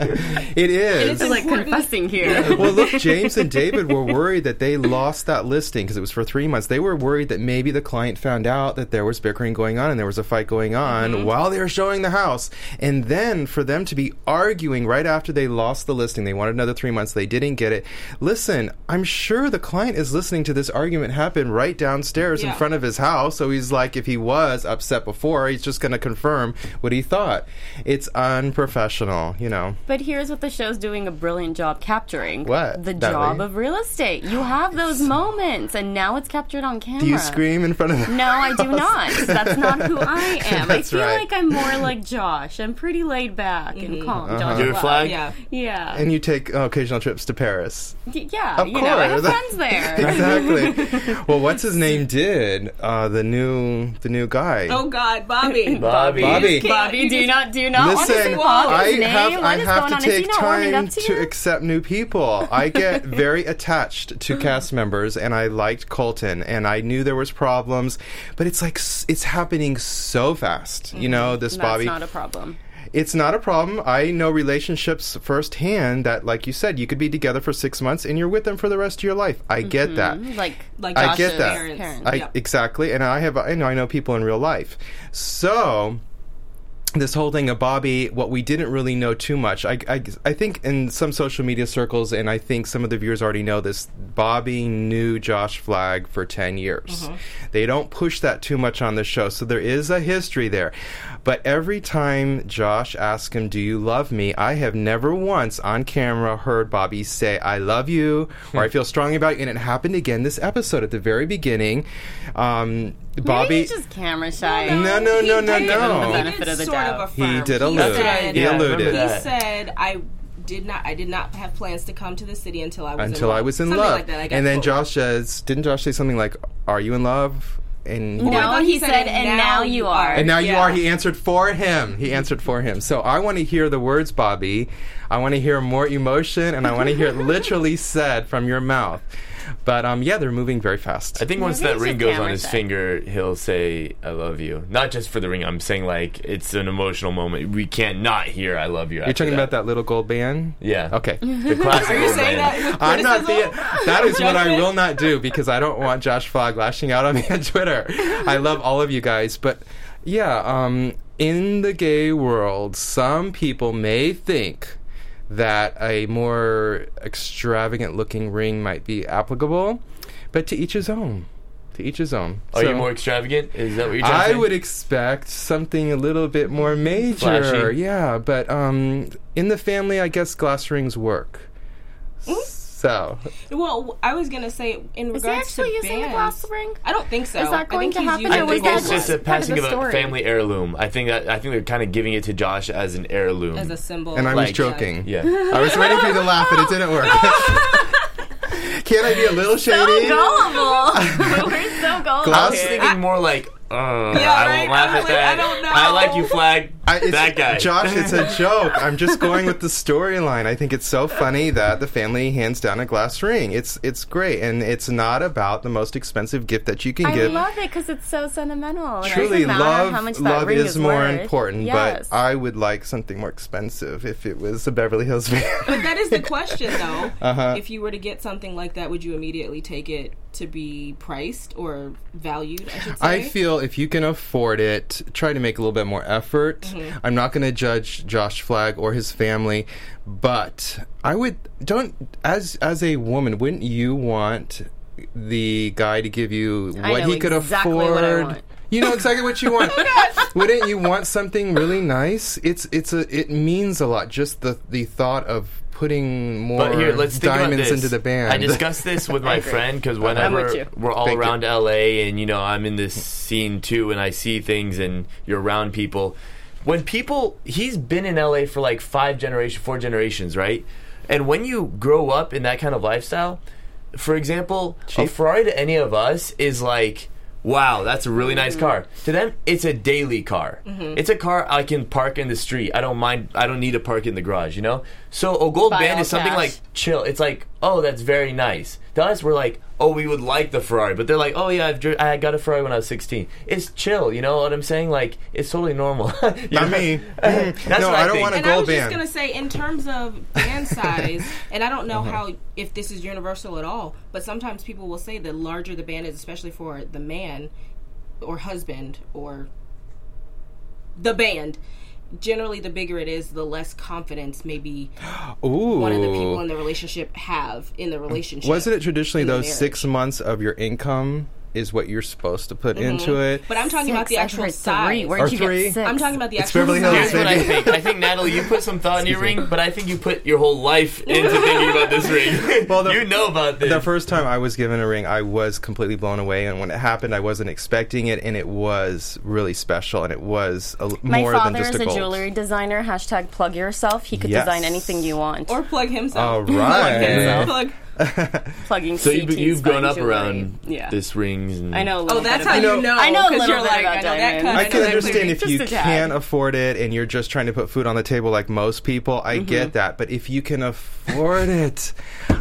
[SPEAKER 6] it is.
[SPEAKER 1] it's
[SPEAKER 5] Like
[SPEAKER 1] important-
[SPEAKER 5] confessing here.
[SPEAKER 6] well, look, James and David were worried that they lost that listing because it was for three months. They were worried that maybe the client found out that there was bickering going on and there was a fight going on
[SPEAKER 5] Mm-hmm.
[SPEAKER 6] while they were showing the house. And then for them to be arguing right after they lost the listing, they wanted another three months, they didn't get it. Listen, I'm sure the client is listening to this argument happen right downstairs in
[SPEAKER 1] Yeah.
[SPEAKER 6] front of his house. So he's like, if he was upset before, he's just going to confirm what he thought. It's unprofessional, you know.
[SPEAKER 5] But here's what the show's doing a brilliant job capturing.
[SPEAKER 6] What,
[SPEAKER 5] The
[SPEAKER 6] Natalie?
[SPEAKER 5] job of real estate. You have those moments, and now it's captured on camera.
[SPEAKER 6] Do you scream in front of the
[SPEAKER 5] No, I do not. That's not who I am. I
[SPEAKER 6] That's
[SPEAKER 5] feel
[SPEAKER 6] right.
[SPEAKER 5] like I'm more like Josh. I'm pretty laid back and calm. Josh
[SPEAKER 4] Your
[SPEAKER 5] Love.
[SPEAKER 4] flag.
[SPEAKER 1] yeah
[SPEAKER 5] Yeah.
[SPEAKER 6] Uh-huh. and you take uh, occasional trips to Paris.
[SPEAKER 5] Y- yeah.
[SPEAKER 6] Of
[SPEAKER 5] you know, I have
[SPEAKER 6] course.
[SPEAKER 5] friends there.
[SPEAKER 6] Exactly. well, what's his name did uh, the new the new guy?
[SPEAKER 1] oh god bobby
[SPEAKER 4] Bobby.
[SPEAKER 6] Bobby.
[SPEAKER 5] Bobby, do not do not want to
[SPEAKER 6] Listen,
[SPEAKER 5] say Bobby's
[SPEAKER 6] I
[SPEAKER 5] name.
[SPEAKER 6] have
[SPEAKER 5] what
[SPEAKER 6] I
[SPEAKER 5] is
[SPEAKER 6] have
[SPEAKER 5] going
[SPEAKER 6] to
[SPEAKER 5] on? Is he
[SPEAKER 6] take
[SPEAKER 5] not warming
[SPEAKER 6] time
[SPEAKER 5] up to,
[SPEAKER 6] to
[SPEAKER 5] you?
[SPEAKER 6] accept new people. I get very attached to cast members, and I liked Colton, and I knew there was problems, but it's like s- it's happening so fast. You know, this
[SPEAKER 5] Mm-hmm. That's
[SPEAKER 6] Bobby.
[SPEAKER 5] not a problem.
[SPEAKER 6] it's not a problem. I know relationships firsthand that, like you said, you could be together for six months and you're with them for the rest of your life. I get that.
[SPEAKER 5] Like
[SPEAKER 1] like
[SPEAKER 6] I
[SPEAKER 1] Josh's
[SPEAKER 6] get that.
[SPEAKER 1] parents.
[SPEAKER 5] Parents.
[SPEAKER 6] I
[SPEAKER 1] Yep.
[SPEAKER 6] exactly, and I have I know I know people in real life. So this whole thing of Bobby, what we didn't really know too much. I, I, I think in some social media circles, and I think some of the viewers already know this, Bobby knew Josh Flagg for 10 years.
[SPEAKER 5] Mm-hmm.
[SPEAKER 6] They don't push that too much on the show, so there is a history there. But every time Josh asks him, Do you love me? I have never once on camera heard Bobby say, I love you, or I
[SPEAKER 5] Hmm.
[SPEAKER 6] feel strongly about you. And it happened again this episode at the very beginning. Um, Bobby.
[SPEAKER 5] Maybe he's just camera shy.
[SPEAKER 6] No, no,
[SPEAKER 1] He
[SPEAKER 6] no, no,
[SPEAKER 1] did-
[SPEAKER 6] no.
[SPEAKER 1] He
[SPEAKER 5] Benefit of
[SPEAKER 1] did
[SPEAKER 5] the
[SPEAKER 1] sort
[SPEAKER 5] doubt.
[SPEAKER 1] of affirm.
[SPEAKER 6] He did
[SPEAKER 1] a
[SPEAKER 6] allude.
[SPEAKER 4] That's what I-
[SPEAKER 1] Said,
[SPEAKER 6] he
[SPEAKER 4] yeah, I remember
[SPEAKER 6] alluded.
[SPEAKER 1] He
[SPEAKER 4] that.
[SPEAKER 1] said, "I did not. I did not have plans to come to the city until I was
[SPEAKER 6] until
[SPEAKER 1] in
[SPEAKER 6] I
[SPEAKER 1] love.
[SPEAKER 6] was in
[SPEAKER 1] Something
[SPEAKER 6] love.
[SPEAKER 1] Like that, I guess,
[SPEAKER 6] and then
[SPEAKER 1] but-
[SPEAKER 6] Josh says, didn't Josh say something like, "Are you in love?" And he
[SPEAKER 5] No,
[SPEAKER 6] did-
[SPEAKER 5] he said, "And now you are."
[SPEAKER 6] and now you
[SPEAKER 1] Oh Yeah.
[SPEAKER 6] are. He answered for him. He answered for him. So I want to hear the words, Bobby. I want to hear more emotion, and I want to hear it literally said from your mouth. But um, yeah, they're moving very fast.
[SPEAKER 4] I think once
[SPEAKER 5] Maybe
[SPEAKER 4] that
[SPEAKER 5] it's
[SPEAKER 4] ring
[SPEAKER 5] just
[SPEAKER 4] goes on
[SPEAKER 5] camera
[SPEAKER 4] his
[SPEAKER 5] shy.
[SPEAKER 4] finger, he'll say, I love you. Not just for the ring. I'm saying, like, it's an emotional moment. We can't not hear I love you.
[SPEAKER 6] You're talking about that little gold band.
[SPEAKER 4] Yeah.
[SPEAKER 6] Okay.
[SPEAKER 4] The classic
[SPEAKER 1] Are you
[SPEAKER 4] old
[SPEAKER 1] saying
[SPEAKER 4] man.
[SPEAKER 1] that? with
[SPEAKER 6] I'm not the.
[SPEAKER 1] criticism?
[SPEAKER 6] That is what I will not do because I don't want Josh Fogg lashing out on me on Twitter. I love all of you guys, but yeah, um, in the gay world, some people may think that a more extravagant looking ring might be applicable, but to each his own. To each his own.
[SPEAKER 4] Are you
[SPEAKER 6] So-
[SPEAKER 4] more extravagant? Is that what you're trying to
[SPEAKER 6] I
[SPEAKER 4] say?
[SPEAKER 6] would expect something a little bit more major.
[SPEAKER 4] Flashy.
[SPEAKER 6] Yeah, but um, in the family, I guess glass rings work. So
[SPEAKER 1] Well, I was gonna say in
[SPEAKER 5] Is he
[SPEAKER 1] regards
[SPEAKER 5] actually
[SPEAKER 1] to
[SPEAKER 5] using
[SPEAKER 1] bands,
[SPEAKER 5] the glass ring?
[SPEAKER 1] I don't think so.
[SPEAKER 5] Is that going
[SPEAKER 1] I think
[SPEAKER 5] to
[SPEAKER 1] he's
[SPEAKER 5] happen,
[SPEAKER 1] using
[SPEAKER 5] or
[SPEAKER 4] I
[SPEAKER 5] was
[SPEAKER 4] think
[SPEAKER 1] the
[SPEAKER 5] that
[SPEAKER 4] it's just
[SPEAKER 5] just
[SPEAKER 4] a
[SPEAKER 5] part of
[SPEAKER 4] passing
[SPEAKER 5] the
[SPEAKER 4] of a
[SPEAKER 5] story?
[SPEAKER 4] family heirloom. I think that I think they're kind of giving it to Josh as an heirloom.
[SPEAKER 1] as a symbol.
[SPEAKER 6] And I was
[SPEAKER 4] Like-
[SPEAKER 6] joking.
[SPEAKER 4] yeah.
[SPEAKER 6] I was waiting for you to laugh, and it didn't work. Can I be a little shady?
[SPEAKER 5] Gullible. We're so gullible.
[SPEAKER 4] I
[SPEAKER 6] Glass-
[SPEAKER 4] was thinking more like, uh, I
[SPEAKER 1] right?
[SPEAKER 4] won't laugh
[SPEAKER 1] I
[SPEAKER 4] at
[SPEAKER 1] was like,
[SPEAKER 4] that.
[SPEAKER 1] I don't know.
[SPEAKER 4] like you, flag.
[SPEAKER 6] I- it's-
[SPEAKER 4] that guy.
[SPEAKER 6] Josh, it's a joke. I'm just going with the storyline. I think it's so funny that the family hands down a glass ring. It's it's great, and it's not about the most expensive gift that you can
[SPEAKER 5] I
[SPEAKER 6] give.
[SPEAKER 5] love it because it's so sentimental. It
[SPEAKER 6] Truly,
[SPEAKER 5] doesn't matter
[SPEAKER 6] love
[SPEAKER 5] how much that
[SPEAKER 6] love
[SPEAKER 5] ring
[SPEAKER 6] is, more
[SPEAKER 5] worth.
[SPEAKER 6] important.
[SPEAKER 5] Yes.
[SPEAKER 6] But I would like something more expensive if it was a Beverly Hills band.
[SPEAKER 1] that is the question, though.
[SPEAKER 6] Uh-huh.
[SPEAKER 1] If you were to get something like that, would you immediately take it to be priced or valued? I should say.
[SPEAKER 6] I feel if you can afford it, try to make a little bit more effort.
[SPEAKER 1] Mm-hmm.
[SPEAKER 6] I'm not going to judge Josh Flagg or his family, but I would don't as as a woman, wouldn't you want the guy to give you
[SPEAKER 5] I
[SPEAKER 6] what
[SPEAKER 5] know
[SPEAKER 6] he could
[SPEAKER 5] exactly
[SPEAKER 6] afford?
[SPEAKER 5] what I want.
[SPEAKER 6] You know exactly what you want.
[SPEAKER 1] Oh
[SPEAKER 6] Wouldn't you want something really nice? It's it's a it means a lot just the the thought of putting more
[SPEAKER 4] But here, let's think about
[SPEAKER 6] diamonds
[SPEAKER 4] this.
[SPEAKER 6] into the band.
[SPEAKER 4] I discussed this with my friend because
[SPEAKER 5] with
[SPEAKER 4] whenever
[SPEAKER 5] you.
[SPEAKER 4] we're all
[SPEAKER 6] Thank you.
[SPEAKER 4] around LA and you know I'm in this scene too, and I see things and you're around people. When people, he's been in LA for like five generation, four generations, right? And when you grow up in that kind of lifestyle, for example, a Ferrari to any of us is like. Wow, that's a really nice
[SPEAKER 5] Mm-hmm.
[SPEAKER 4] car. To them, it's a daily car. It's a car I can park in the street. I don't mind. I don't need to park in the garage. You know. So a gold
[SPEAKER 5] Buy
[SPEAKER 4] band
[SPEAKER 5] all
[SPEAKER 4] is something
[SPEAKER 5] cash.
[SPEAKER 4] like chill. It's like, oh, that's very nice. To us, we're like, oh, we would like the Ferrari, but they're like, oh yeah, I've dri- I got a Ferrari when I was 16. It's chill, you know what I'm saying? Like, it's totally normal. You
[SPEAKER 6] Not
[SPEAKER 4] know?
[SPEAKER 6] me.
[SPEAKER 4] That's
[SPEAKER 6] No,
[SPEAKER 4] what
[SPEAKER 6] I don't
[SPEAKER 4] think.
[SPEAKER 6] wanna
[SPEAKER 1] and
[SPEAKER 6] gold
[SPEAKER 1] I was
[SPEAKER 6] band.
[SPEAKER 1] just gonna say, in terms of band size, and I don't know
[SPEAKER 6] Uh-huh.
[SPEAKER 1] how if this is universal at all, but sometimes people will say the larger the band is, especially for the man or husband or the band. Generally, the bigger it is, the less confidence maybe
[SPEAKER 6] Ooh. Mm,
[SPEAKER 1] one of the people in the relationship have in the relationship.
[SPEAKER 6] Wasn't it traditionally
[SPEAKER 1] in the
[SPEAKER 6] though
[SPEAKER 1] marriage.
[SPEAKER 6] six months of your income is what you're supposed to
[SPEAKER 5] Mm-hmm.
[SPEAKER 6] put into it?
[SPEAKER 1] But I'm talking about the
[SPEAKER 5] Six, I've
[SPEAKER 1] actual
[SPEAKER 5] heard
[SPEAKER 1] size.
[SPEAKER 5] Three. Where'd
[SPEAKER 6] Or
[SPEAKER 5] you
[SPEAKER 6] three?
[SPEAKER 5] get six?
[SPEAKER 1] I'm talking about the
[SPEAKER 6] It's
[SPEAKER 1] actual
[SPEAKER 6] Beverly Hills,
[SPEAKER 1] size.
[SPEAKER 4] Here's what I
[SPEAKER 6] baby.
[SPEAKER 4] think. I think Natalie, you put some thought in your ring, but I think you put your whole life into thinking about this ring.
[SPEAKER 6] Well, the-
[SPEAKER 4] you know about this.
[SPEAKER 6] the first time I was given a ring, I was completely blown away, and when it happened, I wasn't expecting it, and it was really special, and it was a, l-
[SPEAKER 5] My
[SPEAKER 6] more than
[SPEAKER 5] father
[SPEAKER 6] just
[SPEAKER 5] is a
[SPEAKER 6] gold.
[SPEAKER 5] jewelry designer. Hashtag plug yourself. He could
[SPEAKER 6] Yes.
[SPEAKER 5] design anything you want.
[SPEAKER 1] Or
[SPEAKER 5] Or
[SPEAKER 1] plug himself.
[SPEAKER 6] All right.
[SPEAKER 1] Plug.
[SPEAKER 5] plugging.
[SPEAKER 4] so you,
[SPEAKER 5] CT's
[SPEAKER 4] you've grown
[SPEAKER 5] fine
[SPEAKER 4] up
[SPEAKER 5] jewelry.
[SPEAKER 4] around
[SPEAKER 5] yeah.
[SPEAKER 4] this rings. And
[SPEAKER 5] I know. A
[SPEAKER 1] Oh,
[SPEAKER 5] little
[SPEAKER 1] that's
[SPEAKER 5] bit
[SPEAKER 1] how
[SPEAKER 5] about
[SPEAKER 6] know-
[SPEAKER 1] you know.
[SPEAKER 5] I know a
[SPEAKER 1] 'cause
[SPEAKER 5] little
[SPEAKER 1] you're
[SPEAKER 5] bit
[SPEAKER 1] like,
[SPEAKER 5] about
[SPEAKER 1] I know that
[SPEAKER 5] diamonds.
[SPEAKER 1] kind.
[SPEAKER 6] I can
[SPEAKER 1] know that
[SPEAKER 6] understand
[SPEAKER 1] clearly.
[SPEAKER 6] if
[SPEAKER 5] Just
[SPEAKER 6] you
[SPEAKER 5] a tad.
[SPEAKER 6] can't afford it and you're just trying to put food on the table like most people. I
[SPEAKER 5] Mm-hmm.
[SPEAKER 6] get that, but if you can afford it,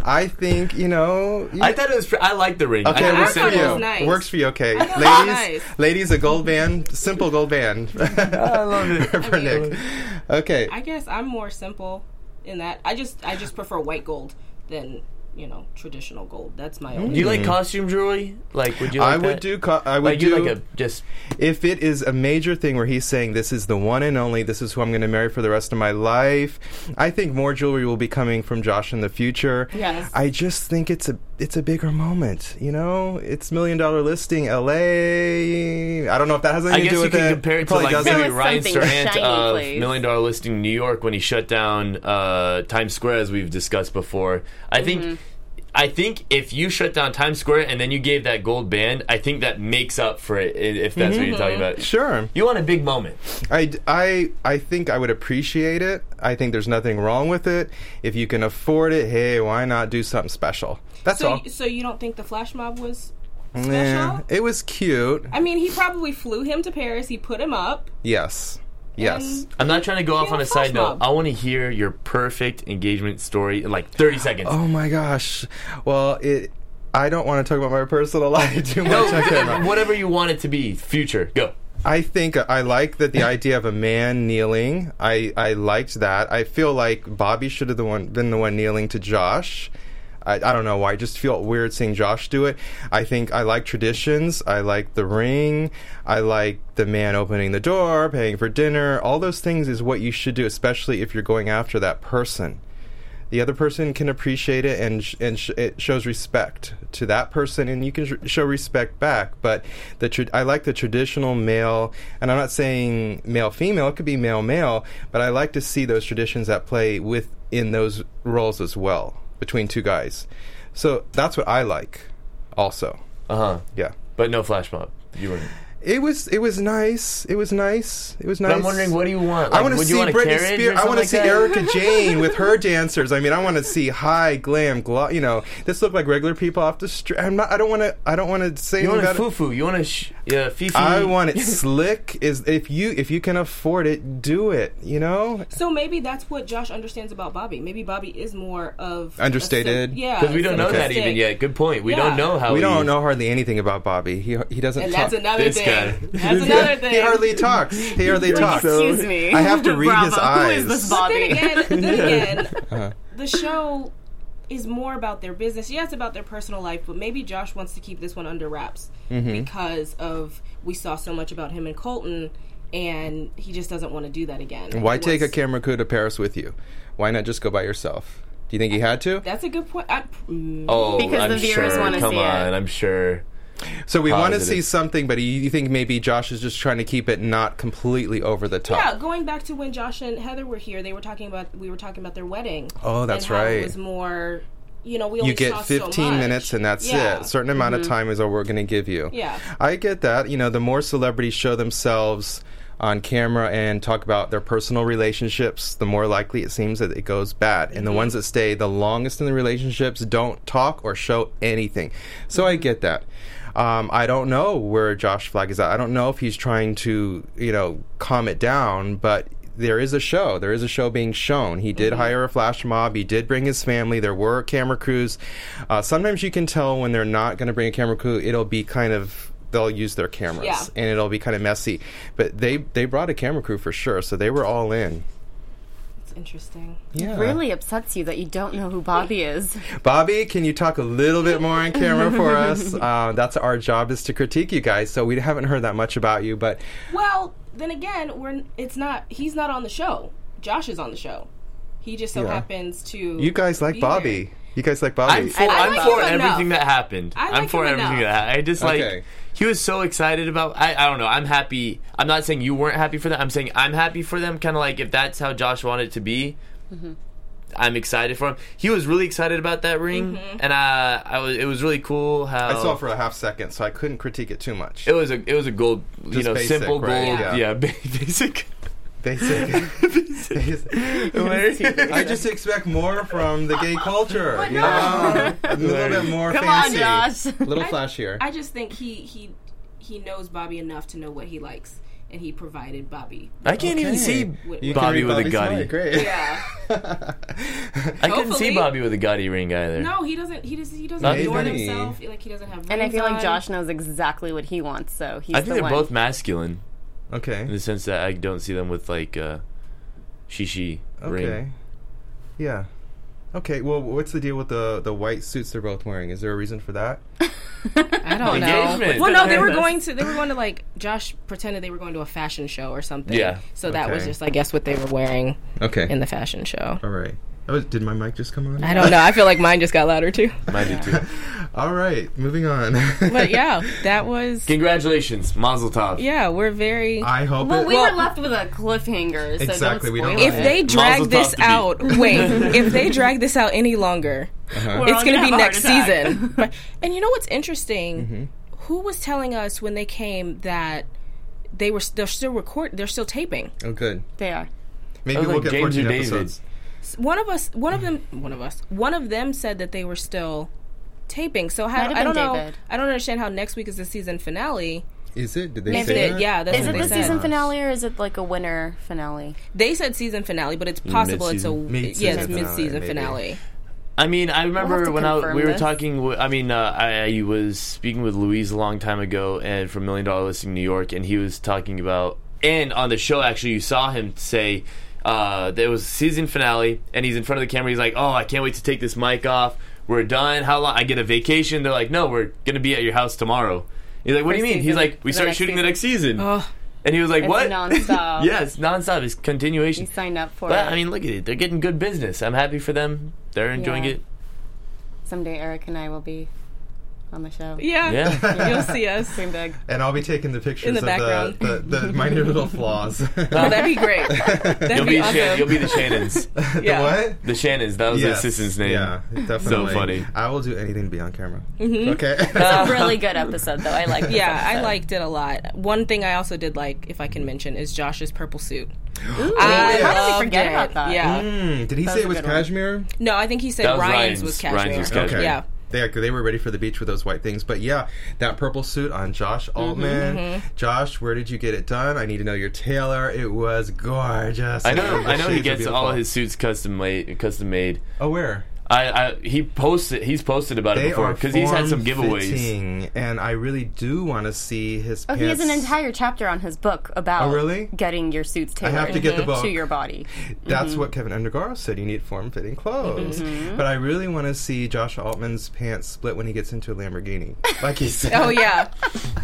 [SPEAKER 6] I think you know. you-
[SPEAKER 4] I thought it was. Pre- I like the ring.
[SPEAKER 6] Okay,
[SPEAKER 4] I
[SPEAKER 6] it
[SPEAKER 4] never
[SPEAKER 6] works
[SPEAKER 4] said
[SPEAKER 6] for
[SPEAKER 1] thought it
[SPEAKER 6] you.
[SPEAKER 1] was nice.
[SPEAKER 6] Works for you, okay. Ladies,
[SPEAKER 1] thought it was nice.
[SPEAKER 6] ladies, a gold band, simple gold band. I love it for Nick. Okay,
[SPEAKER 1] I guess I'm more simple in that. I just I just prefer white gold than you know traditional gold. That's my
[SPEAKER 6] Mm-hmm.
[SPEAKER 1] own.
[SPEAKER 4] Do you like costume jewelry? Like, would you? Like
[SPEAKER 6] I would
[SPEAKER 4] that?
[SPEAKER 6] do. Co- I would
[SPEAKER 4] like
[SPEAKER 6] do
[SPEAKER 4] you like a just
[SPEAKER 6] if it is a major thing where he's saying this is the one and only, this is who I'm going to marry for the rest of my life. I think more jewelry will be coming from Josh in the future.
[SPEAKER 5] Yes.
[SPEAKER 6] I just think it's a it's a bigger moment. You know, it's million dollar listing, L.A. I don't know if that has
[SPEAKER 4] I
[SPEAKER 6] anything
[SPEAKER 4] guess
[SPEAKER 6] to do
[SPEAKER 4] you
[SPEAKER 6] with
[SPEAKER 4] can
[SPEAKER 6] it.
[SPEAKER 4] compare it to
[SPEAKER 6] Probably
[SPEAKER 4] like
[SPEAKER 6] doesn't.
[SPEAKER 5] There
[SPEAKER 4] maybe
[SPEAKER 5] was
[SPEAKER 4] Ryan
[SPEAKER 5] something
[SPEAKER 4] Sarant
[SPEAKER 5] shiny,
[SPEAKER 4] of
[SPEAKER 5] please.
[SPEAKER 4] Million Dollar Listing New York when he shut down uh, Times Square, as we've discussed before.
[SPEAKER 5] Mm-hmm.
[SPEAKER 4] I think. I think if you shut down Times Square and then you gave that gold band, I think that makes up for it. i- If that's what you're talking
[SPEAKER 5] Mm-hmm.
[SPEAKER 4] about,
[SPEAKER 6] Sure.
[SPEAKER 4] You want a big moment.
[SPEAKER 6] I, I, I think I would appreciate it. I think there's nothing wrong with it. If you can afford it, hey, why not do something special? That's
[SPEAKER 1] So,
[SPEAKER 6] all.
[SPEAKER 1] y- so you don't think the flash mob was special?
[SPEAKER 6] Yeah, it was cute.
[SPEAKER 1] I mean, he probably flew him to Paris. He put him up.
[SPEAKER 6] Yes. Yes.
[SPEAKER 4] I'm not trying to go off
[SPEAKER 1] Yeah,
[SPEAKER 4] on a
[SPEAKER 1] flash
[SPEAKER 4] side note.
[SPEAKER 1] mob.
[SPEAKER 4] I want to hear your perfect engagement story in like 30 seconds.
[SPEAKER 6] Oh my gosh. Well, it. I don't want to talk about my personal life too much. on camera.
[SPEAKER 4] No, whatever you want it to be. Future, go.
[SPEAKER 6] I think I like that the idea of a man kneeling. I, I liked that. I feel like Bobby should have the one, been the one kneeling to Josh. I, I don't know why. I just feel weird seeing Josh do it. I think I like traditions. I like the ring. I like the man opening the door, paying for dinner. All those things is what you should do, especially if you're going after that person. The other person can appreciate it, and sh- and sh- it shows respect to that person, and you can sh- show respect back. But the tra- I like the traditional male, and I'm not saying male female. It could be male male, but I like to see those traditions at play within those roles as well between two guys. So that's what I like, also.
[SPEAKER 4] Uh huh.
[SPEAKER 6] Yeah,
[SPEAKER 4] But no flash mob. You were.
[SPEAKER 6] it was it was nice. It was nice. It was nice.
[SPEAKER 4] But I'm wondering, what do you want?
[SPEAKER 6] I
[SPEAKER 4] Like,
[SPEAKER 6] want to
[SPEAKER 4] would
[SPEAKER 6] see
[SPEAKER 4] you want a
[SPEAKER 6] Britney
[SPEAKER 4] carriage or
[SPEAKER 6] Spears. I want
[SPEAKER 4] something
[SPEAKER 6] to
[SPEAKER 4] like that?
[SPEAKER 6] see Erica Jane with her dancers. I mean, I want to see high glam, glo- you know, this look like regular people off the street. I'm not. I don't want to. I don't want to say
[SPEAKER 4] You want
[SPEAKER 6] anything
[SPEAKER 4] a
[SPEAKER 6] about it.
[SPEAKER 4] fufu? You want a sh- yeah, fifi?
[SPEAKER 6] I want it slick. Is if you if you can afford it, do it. You know,
[SPEAKER 1] So maybe that's what Josh understands about Bobby. Maybe Bobby is more of a
[SPEAKER 6] Understated.
[SPEAKER 1] sim- yeah,
[SPEAKER 4] because we don't know that
[SPEAKER 1] simplistic-
[SPEAKER 4] even yet. Good point. We
[SPEAKER 1] Yeah.
[SPEAKER 4] don't know how
[SPEAKER 6] we
[SPEAKER 4] he-
[SPEAKER 6] don't know hardly anything about Bobby. He he doesn't.
[SPEAKER 1] And
[SPEAKER 6] talk.
[SPEAKER 1] that's another
[SPEAKER 4] This
[SPEAKER 1] thing.
[SPEAKER 4] guy.
[SPEAKER 1] That's another thing.
[SPEAKER 6] He hardly talks. He hardly talks.
[SPEAKER 5] Excuse me.
[SPEAKER 6] I have to read his
[SPEAKER 5] Bravo. Who
[SPEAKER 6] eyes.
[SPEAKER 5] is this
[SPEAKER 1] But then
[SPEAKER 5] Bobby?
[SPEAKER 1] again, then again,
[SPEAKER 6] Uh-huh.
[SPEAKER 1] the show is more about their business. Yeah, it's about their personal life, but maybe Josh wants to keep this one under wraps
[SPEAKER 6] Mm-hmm.
[SPEAKER 1] because of we saw so much about him and Colton, and he just doesn't want to do that again.
[SPEAKER 6] Why
[SPEAKER 1] He
[SPEAKER 6] take a
[SPEAKER 1] wants-
[SPEAKER 6] camera crew to Paris with you? Why not just go by yourself? Do you think he had to?
[SPEAKER 1] That's a good point. I, mm,
[SPEAKER 4] Oh,
[SPEAKER 5] Because
[SPEAKER 4] I'm
[SPEAKER 5] the viewers
[SPEAKER 4] sure.
[SPEAKER 5] wanna
[SPEAKER 4] Come
[SPEAKER 5] see it.
[SPEAKER 4] on, I'm sure.
[SPEAKER 6] So we want to
[SPEAKER 4] Positive.
[SPEAKER 6] see something, but you, you think maybe Josh is just trying to keep it not completely over the top.
[SPEAKER 1] yeah, going back to when Josh and Heather were here, they were talking about we were talking about their wedding.
[SPEAKER 6] Oh, that's
[SPEAKER 1] and how It
[SPEAKER 6] right.
[SPEAKER 1] was more, you know, we only
[SPEAKER 6] You get
[SPEAKER 1] saw
[SPEAKER 6] 15
[SPEAKER 1] so much.
[SPEAKER 6] minutes and that's
[SPEAKER 1] Yeah. Mm-hmm.
[SPEAKER 6] it. A certain amount of time is all we're going to give you.
[SPEAKER 1] Yeah.
[SPEAKER 6] I get that. You know, the more celebrities show themselves on camera and talk about their personal relationships, the more likely it seems that it goes bad. And the ones that stay the longest in the relationships don't talk or show anything. So I get that. Um, I don't know where Josh Flagg is at. I don't know if he's trying to, you know, calm it down, but there is a show. There is a show being shown. He did hire a flash mob. He did bring his family. There were camera crews. Uh, sometimes you can tell when they're not going to bring a camera crew. It'll be kind of they'll use their cameras
[SPEAKER 1] Yeah.
[SPEAKER 6] and it'll be kind of messy. But they they brought a camera crew for sure, so they were all in.
[SPEAKER 1] It's interesting.
[SPEAKER 6] Yeah.
[SPEAKER 5] really upsets you that you don't know who Bobby is.
[SPEAKER 6] Bobby, can you talk a little bit more on camera for us? Uh, that's our job is to critique you guys. So we haven't heard that much about you, but
[SPEAKER 1] Well, then again, we're it's not he's not on the show. Josh is on the show. He just so
[SPEAKER 6] Yeah.
[SPEAKER 1] happens to
[SPEAKER 6] you guys like
[SPEAKER 1] be
[SPEAKER 6] Bobby.
[SPEAKER 1] there.
[SPEAKER 6] You guys like
[SPEAKER 4] I'm
[SPEAKER 6] Bobby.
[SPEAKER 4] for,
[SPEAKER 5] like
[SPEAKER 4] I'm
[SPEAKER 5] him
[SPEAKER 4] for
[SPEAKER 1] enough.
[SPEAKER 4] everything that happened.
[SPEAKER 1] I
[SPEAKER 4] I'm
[SPEAKER 1] like
[SPEAKER 4] for
[SPEAKER 1] him
[SPEAKER 4] everything
[SPEAKER 1] enough.
[SPEAKER 4] that happened. I just
[SPEAKER 6] Okay.
[SPEAKER 4] like he was so excited about. I, I don't know. I'm happy. I'm not saying you weren't happy for them. I'm saying I'm happy for them. Kind of like if that's how Josh wanted it to be.
[SPEAKER 5] Mm-hmm.
[SPEAKER 4] I'm excited for him. He was really excited about that ring,
[SPEAKER 5] Mm-hmm.
[SPEAKER 4] and I, I was. It was really cool how
[SPEAKER 6] I saw for a half second, so I couldn't critique it too much.
[SPEAKER 4] it was a it was a gold, you
[SPEAKER 6] Just
[SPEAKER 4] know,
[SPEAKER 6] basic,
[SPEAKER 4] simple
[SPEAKER 6] right?
[SPEAKER 4] gold,
[SPEAKER 6] Yeah.
[SPEAKER 4] yeah, basic.
[SPEAKER 6] Basic. I just expect more from the gay culture. you know? A little bit more
[SPEAKER 5] Come on,
[SPEAKER 6] fancy.
[SPEAKER 5] Josh.
[SPEAKER 6] A little flashier.
[SPEAKER 1] I just think he he he knows Bobby enough to know what he likes and he provided Bobby.
[SPEAKER 4] I can't even see
[SPEAKER 6] You can
[SPEAKER 4] Bobby
[SPEAKER 6] read
[SPEAKER 4] with a
[SPEAKER 6] Bobby's mind,
[SPEAKER 4] Gotti.
[SPEAKER 6] Great.
[SPEAKER 1] Yeah.
[SPEAKER 4] I couldn't
[SPEAKER 1] Hopefully.
[SPEAKER 4] see Bobby with a Gotti ring either.
[SPEAKER 1] No, he doesn't he doesn't he doesn't
[SPEAKER 4] Not
[SPEAKER 1] adorn
[SPEAKER 6] even.
[SPEAKER 1] himself. Like he doesn't have
[SPEAKER 5] And I
[SPEAKER 1] rings
[SPEAKER 5] feel like
[SPEAKER 1] on.
[SPEAKER 5] Josh knows exactly what he wants, so he's
[SPEAKER 4] I think
[SPEAKER 5] the
[SPEAKER 4] they're
[SPEAKER 5] one.
[SPEAKER 4] both masculine in
[SPEAKER 6] Okay.
[SPEAKER 4] the sense that I don't see them with like uh, shishi
[SPEAKER 6] Okay.
[SPEAKER 4] ring.
[SPEAKER 6] Yeah. Okay, well, what's the deal with the the white suits they're both wearing? Is there a reason for that?
[SPEAKER 1] I don't
[SPEAKER 4] Engagement.
[SPEAKER 1] know. Well, no, they were
[SPEAKER 4] That's-
[SPEAKER 1] going to they were going to like Josh pretended they were going to a fashion show or something.
[SPEAKER 4] Yeah.
[SPEAKER 1] So that was
[SPEAKER 6] Okay.
[SPEAKER 1] just I guess what they were wearing
[SPEAKER 6] Okay.
[SPEAKER 1] in the fashion show.
[SPEAKER 6] All right. Oh, did my mic just come on?
[SPEAKER 1] I don't know. I feel like mine just got louder too.
[SPEAKER 4] I do too.
[SPEAKER 6] All right, moving on.
[SPEAKER 1] But yeah, that was
[SPEAKER 4] Congratulations, Mazel Tov.
[SPEAKER 1] yeah. We're very.
[SPEAKER 6] I hope
[SPEAKER 5] Well,
[SPEAKER 6] it.
[SPEAKER 5] we were left with a cliffhanger. So
[SPEAKER 6] Exactly,
[SPEAKER 5] Don't
[SPEAKER 6] we don't want
[SPEAKER 5] spoil it.
[SPEAKER 6] that.
[SPEAKER 1] If they drag
[SPEAKER 4] Mazel
[SPEAKER 1] this
[SPEAKER 4] tov to me.
[SPEAKER 1] out, wait. if they drag this out any longer,
[SPEAKER 5] We're
[SPEAKER 1] it's
[SPEAKER 5] all
[SPEAKER 1] going to be
[SPEAKER 5] have a
[SPEAKER 1] next
[SPEAKER 5] heart attack.
[SPEAKER 1] season. But- and you know what's interesting? Who was telling us when they came that they were they're still record they're still taping?
[SPEAKER 6] oh, good.
[SPEAKER 5] They are.
[SPEAKER 6] Maybe
[SPEAKER 4] was
[SPEAKER 6] we'll
[SPEAKER 4] like
[SPEAKER 6] get
[SPEAKER 4] James or
[SPEAKER 6] 14
[SPEAKER 4] David.
[SPEAKER 6] episodes.
[SPEAKER 1] one of us one of them one of us one of them said that they were still taping so how,
[SPEAKER 5] Might have
[SPEAKER 1] i don't
[SPEAKER 5] been
[SPEAKER 1] know
[SPEAKER 5] David.
[SPEAKER 1] i don't understand how next week is the season finale
[SPEAKER 6] Is it? Did they
[SPEAKER 1] Maybe
[SPEAKER 6] say
[SPEAKER 1] it-
[SPEAKER 6] that?
[SPEAKER 1] yeah, that's
[SPEAKER 5] Is
[SPEAKER 1] what
[SPEAKER 5] it
[SPEAKER 1] they
[SPEAKER 5] the
[SPEAKER 1] said.
[SPEAKER 5] season finale or is it like a winter finale?
[SPEAKER 1] they said season finale but it's possible it's a
[SPEAKER 6] Mid-season.
[SPEAKER 1] yeah it's
[SPEAKER 6] Mid-season
[SPEAKER 1] mid-season
[SPEAKER 6] finale,
[SPEAKER 1] finale,
[SPEAKER 4] I mean, I remember
[SPEAKER 5] to
[SPEAKER 4] when I,
[SPEAKER 5] confirm
[SPEAKER 4] we were
[SPEAKER 5] this.
[SPEAKER 4] talking. wi- I mean, uh, I, I was speaking with Louise a long time ago, and from Million Dollar Listing New York, and he was talking about. And on the show, actually, you saw him say uh, there was a season finale, and he's in front of the camera. He's like, "Oh, I can't wait to take this mic off. We're done. How long? I get a vacation." They're like, "No, we're gonna be at your house tomorrow." He's like, "What do you
[SPEAKER 5] First
[SPEAKER 4] mean?" He's
[SPEAKER 5] season,
[SPEAKER 4] like, "We
[SPEAKER 5] the
[SPEAKER 4] start
[SPEAKER 5] next
[SPEAKER 4] shooting the
[SPEAKER 5] season."
[SPEAKER 4] next season."
[SPEAKER 1] Ugh.
[SPEAKER 4] and he was like,
[SPEAKER 5] It's
[SPEAKER 4] "What?"
[SPEAKER 5] nonstop.
[SPEAKER 4] yes, nonstop. It's continuation.
[SPEAKER 5] You signed up for
[SPEAKER 4] But
[SPEAKER 5] it.
[SPEAKER 4] I mean, look at it. They're getting good business. I'm happy for them. They're enjoying
[SPEAKER 5] Yeah.
[SPEAKER 4] it.
[SPEAKER 5] Someday Eric and I will be on the show.
[SPEAKER 1] yeah,
[SPEAKER 4] Yeah.
[SPEAKER 1] you'll see us
[SPEAKER 5] Dream big.
[SPEAKER 6] And I'll be taking the pictures
[SPEAKER 1] the
[SPEAKER 6] of
[SPEAKER 1] background.
[SPEAKER 6] the, the, the minor little flaws.
[SPEAKER 1] oh, that'd be great that'd
[SPEAKER 4] You'll
[SPEAKER 1] be,
[SPEAKER 4] be,
[SPEAKER 1] awesome
[SPEAKER 4] Shan- you'll be the Shannons.
[SPEAKER 1] yeah
[SPEAKER 6] What?
[SPEAKER 4] The Shannons. That was
[SPEAKER 6] Yes.
[SPEAKER 4] the assistant's name.
[SPEAKER 6] Yeah, definitely.
[SPEAKER 4] funny.
[SPEAKER 6] I will do anything to be on camera.
[SPEAKER 1] Mm-hmm.
[SPEAKER 6] Okay.
[SPEAKER 1] Uh,
[SPEAKER 5] It's a really good episode, though. I like.
[SPEAKER 1] yeah i liked it a lot one thing i also did like if i can mention is josh's purple suit I
[SPEAKER 5] How did we
[SPEAKER 1] loved
[SPEAKER 5] forget
[SPEAKER 1] it.
[SPEAKER 5] about that? Mm.
[SPEAKER 1] yeah
[SPEAKER 6] Hmm, did he say it was cashmere?
[SPEAKER 1] no i think he said
[SPEAKER 4] That was
[SPEAKER 1] ryan's,
[SPEAKER 4] Ryan's.
[SPEAKER 1] was cashmere
[SPEAKER 4] Ryan's was cashmere.
[SPEAKER 6] Okay.
[SPEAKER 1] yeah
[SPEAKER 6] They, they were ready for the beach with those white things. But yeah, that purple suit on Josh
[SPEAKER 5] Mm-hmm,
[SPEAKER 6] Altman. Josh, where did you get it done? I need to know your tailor. It was gorgeous.
[SPEAKER 4] I know.
[SPEAKER 6] The
[SPEAKER 4] I know
[SPEAKER 6] shades
[SPEAKER 4] he
[SPEAKER 6] are
[SPEAKER 4] gets
[SPEAKER 6] beautiful.
[SPEAKER 4] all his suits custom made. Custom made.
[SPEAKER 6] Oh, where?
[SPEAKER 4] I, I he posted. He's posted about it
[SPEAKER 6] They
[SPEAKER 4] before
[SPEAKER 6] are
[SPEAKER 4] because he's had some giveaways.
[SPEAKER 6] form-fitting, and I really do want to see his.
[SPEAKER 5] Oh, he has an
[SPEAKER 6] pants.
[SPEAKER 5] entire chapter on his book about
[SPEAKER 6] Oh, really?
[SPEAKER 5] getting your suits tailored
[SPEAKER 6] have to get the book.
[SPEAKER 5] to your body.
[SPEAKER 6] That's
[SPEAKER 5] Mm-hmm.
[SPEAKER 6] what Kevin Undergaro said. You need form fitting clothes. But I really want to see Josh Altman's pants split when he gets into a Lamborghini. Like he said.
[SPEAKER 1] oh yeah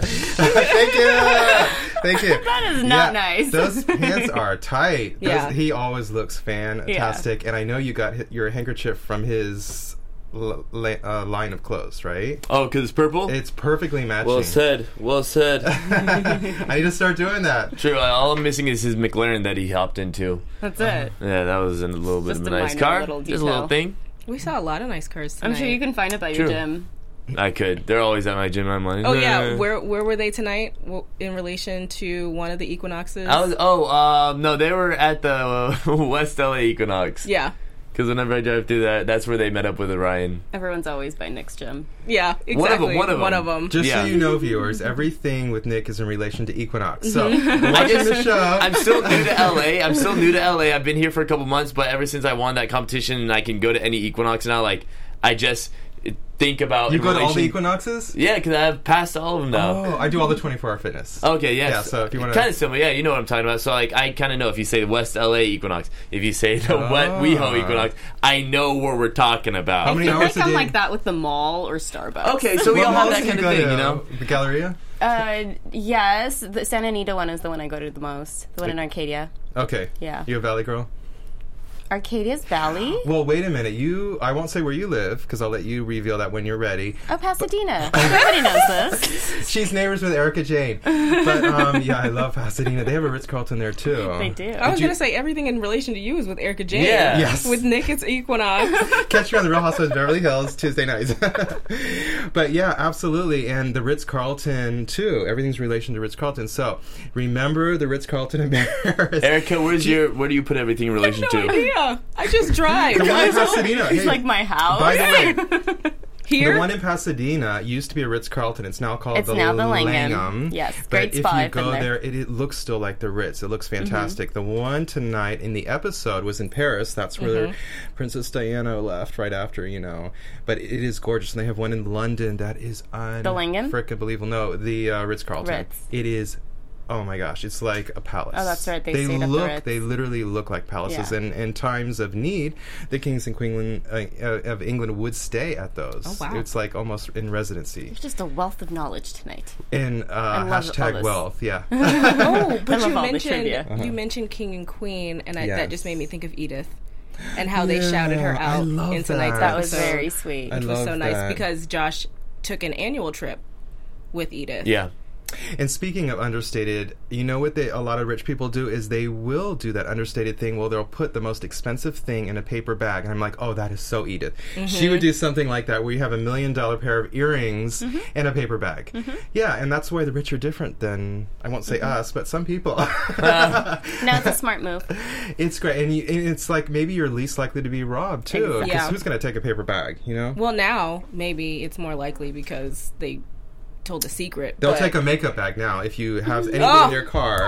[SPEAKER 6] Thank you. Thank you. That
[SPEAKER 5] is not nice.
[SPEAKER 6] Those pants are tight. Those-
[SPEAKER 1] Yeah.
[SPEAKER 6] he always looks fantastic. And I know you got hi- your handkerchief from his l- la- uh, line of clothes, right?
[SPEAKER 4] Oh, because it's purple.
[SPEAKER 6] It's perfectly matching.
[SPEAKER 4] well said. Well said.
[SPEAKER 6] I need to start doing that.
[SPEAKER 4] True. uh, All I'm missing is his McLaren that he hopped into.
[SPEAKER 5] That's
[SPEAKER 6] Uh-huh.
[SPEAKER 5] it.
[SPEAKER 4] Yeah, that was in a little bit
[SPEAKER 5] Just
[SPEAKER 4] of a
[SPEAKER 5] a
[SPEAKER 4] nice
[SPEAKER 5] minor
[SPEAKER 4] car.
[SPEAKER 5] little
[SPEAKER 4] Just a little
[SPEAKER 5] detail.
[SPEAKER 4] thing.
[SPEAKER 1] We saw a lot of nice cars tonight.
[SPEAKER 5] I'm sure you can find it by your
[SPEAKER 4] True.
[SPEAKER 5] gym.
[SPEAKER 4] I could. They're always at my gym. I'm like.
[SPEAKER 1] Oh yeah, where where were they tonight w- in relation to one of the equinoxes?
[SPEAKER 4] I was. Oh, um, no, they were at the West LA Equinox.
[SPEAKER 1] yeah,
[SPEAKER 4] Because whenever I drive through that, that's where they met up with Orion.
[SPEAKER 5] Everyone's always by Nick's gym.
[SPEAKER 1] yeah,
[SPEAKER 4] One of
[SPEAKER 1] exactly.
[SPEAKER 4] 'em, one of 'em.
[SPEAKER 1] them.
[SPEAKER 6] Just
[SPEAKER 4] Yeah.
[SPEAKER 6] so you know, viewers, everything with Nick is in relation to Equinox. So,
[SPEAKER 5] Mm-hmm.
[SPEAKER 6] watching the show.
[SPEAKER 4] I'm still new to LA. I'm still new to LA. I've been here for a couple months, but ever since I won that competition and I can go to any Equinox now, like I just think about.
[SPEAKER 6] you
[SPEAKER 4] in
[SPEAKER 6] go to all the
[SPEAKER 4] relation-
[SPEAKER 6] Equinoxes?
[SPEAKER 4] Yeah, because I've passed all of them now.
[SPEAKER 6] Oh, I do all the 24 hour fitness.
[SPEAKER 4] Okay, yes.
[SPEAKER 6] Oh. Yeah, so if you wanna-
[SPEAKER 4] kind of similar, yeah, you know what I'm talking about. So like, I kind of know if you say West LA Equinox, if you say the
[SPEAKER 6] Oh.
[SPEAKER 4] Wet WeHo Equinox, I know what we're talking about.
[SPEAKER 6] How many
[SPEAKER 5] I
[SPEAKER 6] hours a
[SPEAKER 5] think I'm
[SPEAKER 6] day?
[SPEAKER 5] like that with the mall or Starbucks.
[SPEAKER 4] Okay, so we
[SPEAKER 6] What
[SPEAKER 4] all have
[SPEAKER 6] malls
[SPEAKER 4] that
[SPEAKER 6] do
[SPEAKER 4] kind of
[SPEAKER 6] go
[SPEAKER 4] thing,
[SPEAKER 6] to?
[SPEAKER 4] you know.
[SPEAKER 6] The Galleria?
[SPEAKER 5] Uh, yes, the Santa Anita one is the one I go to the most. The one in Arcadia.
[SPEAKER 6] Okay.
[SPEAKER 5] Yeah.
[SPEAKER 6] You a Valley girl?
[SPEAKER 5] Arcadia's Valley?
[SPEAKER 6] Well, wait a minute. You, I won't say where you live because I'll let you reveal that when you're ready.
[SPEAKER 5] Oh, Pasadena. Everybody knows this.
[SPEAKER 6] She's neighbors with Erica Jane. But um, yeah, I love Pasadena. They have a Ritz Carlton there too.
[SPEAKER 5] They do.
[SPEAKER 1] I was gonna say everything in relation to you is with Erica Jane.
[SPEAKER 4] Yeah.
[SPEAKER 6] Yes.
[SPEAKER 1] With Nick, it's Equinox.
[SPEAKER 6] Catch you on the Real Housewives of Beverly Hills Tuesday nights. but yeah, absolutely. And the Ritz Carlton too. Everything's in relation to Ritz Carlton. So remember the Ritz Carlton in Paris.
[SPEAKER 4] Erica, where's your? Where do you put everything in relation
[SPEAKER 1] no
[SPEAKER 4] to?
[SPEAKER 1] idea. I just drive.
[SPEAKER 6] The one in Pasadena.
[SPEAKER 5] It's
[SPEAKER 6] Hey,
[SPEAKER 5] like my house.
[SPEAKER 6] By the way,
[SPEAKER 1] Here,
[SPEAKER 6] The one in Pasadena used to be a Ritz Carlton. It's now called
[SPEAKER 5] It's
[SPEAKER 6] the
[SPEAKER 5] now the
[SPEAKER 6] Langham.
[SPEAKER 5] Langham. Yes,
[SPEAKER 6] but
[SPEAKER 5] great
[SPEAKER 6] if
[SPEAKER 5] spa.
[SPEAKER 6] you
[SPEAKER 5] I've been
[SPEAKER 6] go
[SPEAKER 5] there. Mm-hmm.
[SPEAKER 6] there, it, it looks still like the Ritz. It looks fantastic. The one tonight in the episode was in Paris. That's where
[SPEAKER 5] Mm-hmm.
[SPEAKER 6] Princess Diana left right after, you know. But it is gorgeous, and they have one in London that is un
[SPEAKER 5] Langham?
[SPEAKER 6] frickin' believable. No, the uh, Ritz Carlton.
[SPEAKER 5] Ritz.
[SPEAKER 6] It is oh my gosh, it's like a palace.
[SPEAKER 5] Oh, that's right, they
[SPEAKER 6] They
[SPEAKER 5] stayed at the
[SPEAKER 6] look.
[SPEAKER 5] Ritz.
[SPEAKER 6] they literally look like palaces.
[SPEAKER 5] Yeah.
[SPEAKER 6] And in times of need, the kings and queen uh, uh, of England would stay at those. Oh
[SPEAKER 1] wow.
[SPEAKER 6] It's like almost in residency.
[SPEAKER 5] Just a wealth of knowledge tonight.
[SPEAKER 6] In uh,
[SPEAKER 5] love all
[SPEAKER 6] hashtag
[SPEAKER 5] this.
[SPEAKER 6] wealth, yeah.
[SPEAKER 1] Oh, but
[SPEAKER 5] love
[SPEAKER 1] you
[SPEAKER 5] all the
[SPEAKER 1] mentioned
[SPEAKER 5] trivia.
[SPEAKER 1] you mentioned king and queen, and I,
[SPEAKER 6] Uh-huh. Yes.
[SPEAKER 1] that just made me think of Edith and how they shouted her
[SPEAKER 6] Yeah, I
[SPEAKER 1] out
[SPEAKER 6] love
[SPEAKER 1] in tonight's
[SPEAKER 6] that. That
[SPEAKER 5] That was
[SPEAKER 1] episode.
[SPEAKER 5] very sweet.
[SPEAKER 6] I
[SPEAKER 1] It was
[SPEAKER 6] love
[SPEAKER 1] so nice
[SPEAKER 6] that.
[SPEAKER 1] because Josh took an annual trip with Edith.
[SPEAKER 4] Yeah.
[SPEAKER 6] And speaking of understated, you know what they a lot of rich people do is they will do that understated thing. Well, they'll put the most expensive thing in a paper bag, and I'm like, oh, that is so Edith. She
[SPEAKER 1] Mm-hmm.
[SPEAKER 6] would do something like that, where you have a million dollar pair of earrings
[SPEAKER 1] Mm-hmm.
[SPEAKER 6] in a paper bag. Yeah, and that's why the rich are different than I won't say
[SPEAKER 1] Mm-hmm.
[SPEAKER 6] us, but some people.
[SPEAKER 5] No, it's a smart move.
[SPEAKER 6] it's great, and, you, and it's like maybe you're least likely to be robbed too, because
[SPEAKER 1] Exactly. Yeah.
[SPEAKER 6] who's going to take a paper bag? You know,
[SPEAKER 1] Well, now maybe it's more likely because they told a secret.
[SPEAKER 6] they'll
[SPEAKER 1] but-
[SPEAKER 6] take a makeup bag now if you have anything in
[SPEAKER 1] Oh.
[SPEAKER 6] your car.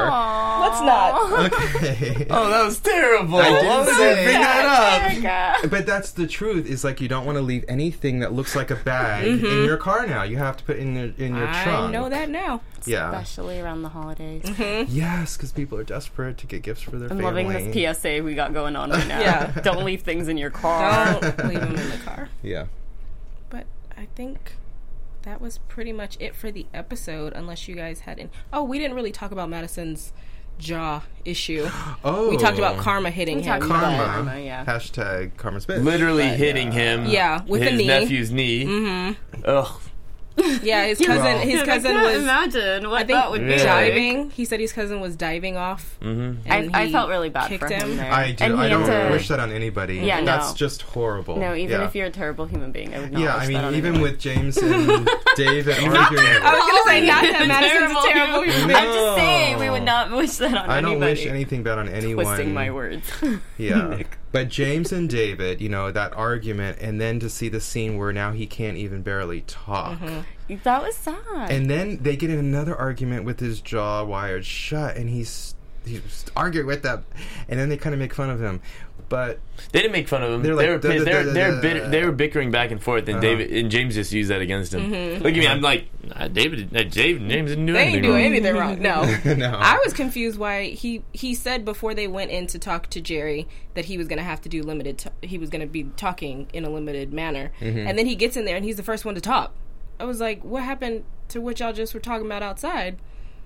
[SPEAKER 1] Let's not.
[SPEAKER 6] Okay.
[SPEAKER 4] Oh, that was terrible.
[SPEAKER 6] I didn't
[SPEAKER 4] Why would
[SPEAKER 6] say
[SPEAKER 4] they
[SPEAKER 6] it.
[SPEAKER 4] bring that up?
[SPEAKER 5] Erica.
[SPEAKER 6] But that's the truth. Is like you don't want to leave anything that looks like a bag
[SPEAKER 5] Mm-hmm.
[SPEAKER 6] in your car now. You have to put in your in your
[SPEAKER 1] I
[SPEAKER 6] trunk.
[SPEAKER 1] know that now.
[SPEAKER 6] Yeah.
[SPEAKER 5] Especially around the holidays.
[SPEAKER 6] Yes, because people are desperate to get gifts for their
[SPEAKER 5] I'm
[SPEAKER 6] family.
[SPEAKER 5] loving this PSA we got going on right now.
[SPEAKER 1] Yeah.
[SPEAKER 5] Don't leave things in your car.
[SPEAKER 1] Don't leave them in the car.
[SPEAKER 6] Yeah.
[SPEAKER 1] But I think that was pretty much it for the episode, unless you guys had in. Oh, we didn't really talk about Madison's jaw issue.
[SPEAKER 6] Oh.
[SPEAKER 1] We talked about karma hitting him.
[SPEAKER 5] talked about-
[SPEAKER 6] Karma.
[SPEAKER 5] Karma, yeah.
[SPEAKER 6] Hashtag karma's bitch.
[SPEAKER 4] Literally hitting
[SPEAKER 6] uh,
[SPEAKER 4] him.
[SPEAKER 1] Yeah, with
[SPEAKER 4] his
[SPEAKER 1] the knee.
[SPEAKER 4] nephew's knee. Mm-hmm. Ugh.
[SPEAKER 1] yeah, his cousin.
[SPEAKER 6] Wow.
[SPEAKER 5] I
[SPEAKER 1] His cousin
[SPEAKER 5] can't
[SPEAKER 1] was.
[SPEAKER 5] imagine what
[SPEAKER 1] I think
[SPEAKER 5] that would be.
[SPEAKER 4] Yeah.
[SPEAKER 1] diving. He said his cousin was diving off. Mm-hmm.
[SPEAKER 5] I, I felt really bad for him. there.
[SPEAKER 6] I do.
[SPEAKER 5] And he
[SPEAKER 6] I
[SPEAKER 5] had
[SPEAKER 6] don't
[SPEAKER 5] to-
[SPEAKER 6] wish that on anybody.
[SPEAKER 5] Yeah, no.
[SPEAKER 6] That's just horrible.
[SPEAKER 5] No, even
[SPEAKER 6] Yeah.
[SPEAKER 5] if you're a terrible human being, I would not.
[SPEAKER 6] Yeah,
[SPEAKER 5] wish
[SPEAKER 6] I
[SPEAKER 5] that on
[SPEAKER 6] mean, even
[SPEAKER 5] anyone.
[SPEAKER 6] with James and David
[SPEAKER 1] I
[SPEAKER 6] arguing.
[SPEAKER 1] was gonna say not that Madison's a terrible.
[SPEAKER 5] human
[SPEAKER 4] Mm-hmm.
[SPEAKER 6] being.
[SPEAKER 5] I'm just saying we would
[SPEAKER 6] No.
[SPEAKER 5] not wish that on
[SPEAKER 6] I
[SPEAKER 5] anybody.
[SPEAKER 6] don't wish anything bad on anyone.
[SPEAKER 5] Twisting my words.
[SPEAKER 6] Yeah. But James and David, you know, that argument, and then to see the scene where now he can't even barely talk.
[SPEAKER 5] Mm-hmm. that was sad.
[SPEAKER 6] And then they get in another argument with his jaw wired shut, and he's, he's arguing with them, and then they kind of make fun of him. But
[SPEAKER 4] They didn't make fun of him.
[SPEAKER 6] They're
[SPEAKER 4] They
[SPEAKER 6] like,
[SPEAKER 4] were pissed.
[SPEAKER 6] "Duh,
[SPEAKER 4] They're
[SPEAKER 6] duh, duh,
[SPEAKER 4] they're
[SPEAKER 6] duh,
[SPEAKER 4] bitter-
[SPEAKER 6] duh." Uh-huh.
[SPEAKER 4] they were bickering back and forth, and David and James just used that against him. Look at me. I'm like, "Ah, David. uh, David. James didn't
[SPEAKER 1] Mm-hmm.
[SPEAKER 4] do
[SPEAKER 1] They
[SPEAKER 4] anything.
[SPEAKER 1] ain't doing
[SPEAKER 4] wrong."
[SPEAKER 1] anything wrong. No.
[SPEAKER 6] no.
[SPEAKER 1] I was confused why he he said before they went in to talk to Jerry that he was going to have to do limited t- he was going to be talking in a limited manner.
[SPEAKER 4] Mm-hmm.
[SPEAKER 1] And then he gets in there and he's the first one to talk. I was like, what happened to what y'all just were talking about outside?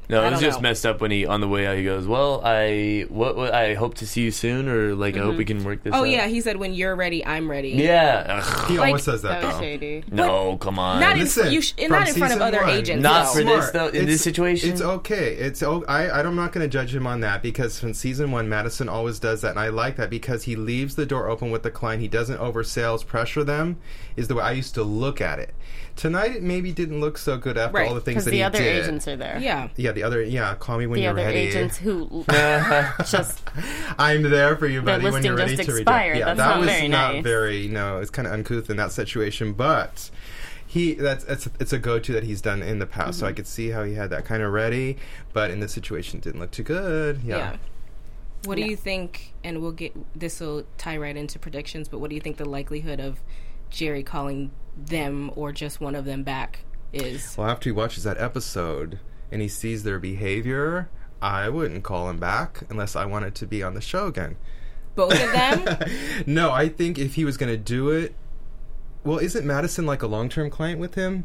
[SPEAKER 4] No,
[SPEAKER 1] I
[SPEAKER 4] it was
[SPEAKER 1] don't
[SPEAKER 4] just
[SPEAKER 1] know.
[SPEAKER 4] messed up when he on the way out. He goes, "Well, I what, what I hope to see you soon, or like I hope we can work this."
[SPEAKER 1] Oh
[SPEAKER 4] out.
[SPEAKER 1] yeah, he said when you're ready, I'm ready.
[SPEAKER 4] yeah. Ugh,
[SPEAKER 6] he
[SPEAKER 1] like,
[SPEAKER 6] always says that,
[SPEAKER 5] that was
[SPEAKER 6] though.
[SPEAKER 5] shady.
[SPEAKER 4] no, come on.
[SPEAKER 1] Not in,
[SPEAKER 6] Listen,
[SPEAKER 1] you sh-
[SPEAKER 6] from
[SPEAKER 1] not in front
[SPEAKER 6] season
[SPEAKER 1] of other
[SPEAKER 6] one.
[SPEAKER 1] agents.
[SPEAKER 4] Not
[SPEAKER 5] Oh.
[SPEAKER 1] though.
[SPEAKER 4] for this though. In
[SPEAKER 6] It's-
[SPEAKER 4] this situation,
[SPEAKER 6] it's okay. It's o- I. I'm not going to judge him on that because from season one, Madison always does that, and I like that because he leaves the door open with the client. He doesn't over sales pressure them. Is the way I used to look at it. Tonight, it maybe didn't look so good after
[SPEAKER 1] Right,
[SPEAKER 6] all the things
[SPEAKER 5] Because
[SPEAKER 6] that
[SPEAKER 5] the
[SPEAKER 6] he
[SPEAKER 5] other
[SPEAKER 6] did.
[SPEAKER 5] agents are there.
[SPEAKER 1] yeah.
[SPEAKER 6] yeah, the other. Yeah, call me when
[SPEAKER 5] The
[SPEAKER 6] you're
[SPEAKER 5] other
[SPEAKER 6] ready.
[SPEAKER 5] agents who just
[SPEAKER 6] I'm there for you, buddy, when
[SPEAKER 5] listing
[SPEAKER 6] you're ready
[SPEAKER 5] just
[SPEAKER 6] to
[SPEAKER 5] expired.
[SPEAKER 6] reject. Yeah,
[SPEAKER 5] That's
[SPEAKER 6] that
[SPEAKER 5] not
[SPEAKER 6] was
[SPEAKER 5] very
[SPEAKER 6] not
[SPEAKER 5] nice.
[SPEAKER 6] very. No, it's kind of uncouth in that situation, but. He that's it's, it's a go-to that he's done in the past, so I
[SPEAKER 5] Mm-hmm.
[SPEAKER 6] could see how he had that kind of ready, but in this situation, it didn't look too good. Yeah,
[SPEAKER 1] Yeah. What do you think? And we'll get this will tie right into predictions. But what do you think the likelihood of Jerry calling them or just one of them back is?
[SPEAKER 6] Well, after he watches that episode and he sees their behavior, I wouldn't call him back unless I wanted to be on the show again.
[SPEAKER 1] Both of them?
[SPEAKER 6] No, I think if he was going to do it, well, isn't Madison like a long-term client with him?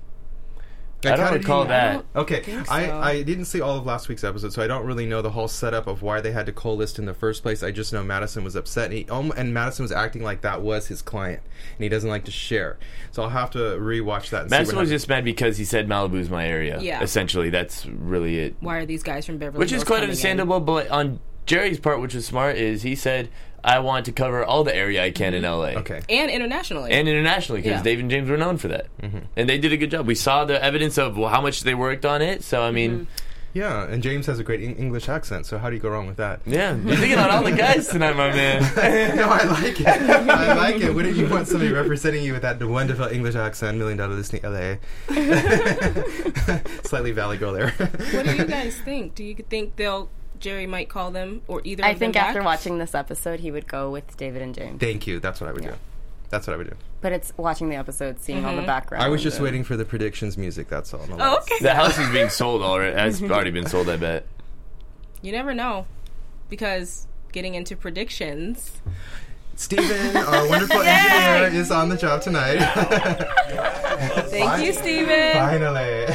[SPEAKER 4] I
[SPEAKER 6] how
[SPEAKER 4] don't
[SPEAKER 6] did
[SPEAKER 4] recall
[SPEAKER 6] he-
[SPEAKER 4] that.
[SPEAKER 6] Okay, I,
[SPEAKER 1] so.
[SPEAKER 6] I didn't see all of last week's episode, so I don't really know the whole setup of why they had to co-list in the first place. I just know Madison was upset, and, he, um, and Madison was acting like that was his client, and he doesn't like to share. So I'll have to rewatch that. And see
[SPEAKER 4] Madison
[SPEAKER 6] what
[SPEAKER 4] was
[SPEAKER 6] happens.
[SPEAKER 4] just mad because he said Malibu's my area.
[SPEAKER 1] Yeah.
[SPEAKER 4] essentially, that's really it.
[SPEAKER 1] Why are these guys from Beverly?
[SPEAKER 4] which is
[SPEAKER 1] Hills
[SPEAKER 4] quite
[SPEAKER 1] coming in?
[SPEAKER 4] understandable. But on Jerry's part, which was smart, is he said, "I want to cover all the area I can in LA."
[SPEAKER 6] okay.
[SPEAKER 1] and internationally.
[SPEAKER 4] and internationally because
[SPEAKER 1] Yeah.
[SPEAKER 4] Dave and James were known for that, and they did a good job. We saw the evidence of well, how much they worked on it. So I mean,
[SPEAKER 6] Yeah, and James has a great Eng- English accent, so how do you go wrong with that?
[SPEAKER 4] yeah, you're thinking on all the guys tonight, my man.
[SPEAKER 6] no, I like it. I like it. Wouldn't you want somebody representing you with that wonderful English accent? Million dollar listening, LA. Slightly valley girl there.
[SPEAKER 1] what do you guys think? Do you think they'll Jerry might call them or either?
[SPEAKER 5] I
[SPEAKER 1] of them
[SPEAKER 5] think after
[SPEAKER 1] back?
[SPEAKER 5] watching this episode, he would go with David and James.
[SPEAKER 6] Thank you. That's what I would do. That's what I would do.
[SPEAKER 5] But it's watching the episode, seeing all the background.
[SPEAKER 6] I was just waiting for the predictions music. That's all. No
[SPEAKER 1] Oh,
[SPEAKER 6] lies.
[SPEAKER 1] okay.
[SPEAKER 4] the house is being sold already. It's already been sold, I bet.
[SPEAKER 1] You never know, because getting into predictions.
[SPEAKER 6] Stephen, our wonderful engineer, is on the job tonight.
[SPEAKER 1] Thank you, Steven.
[SPEAKER 6] Finally.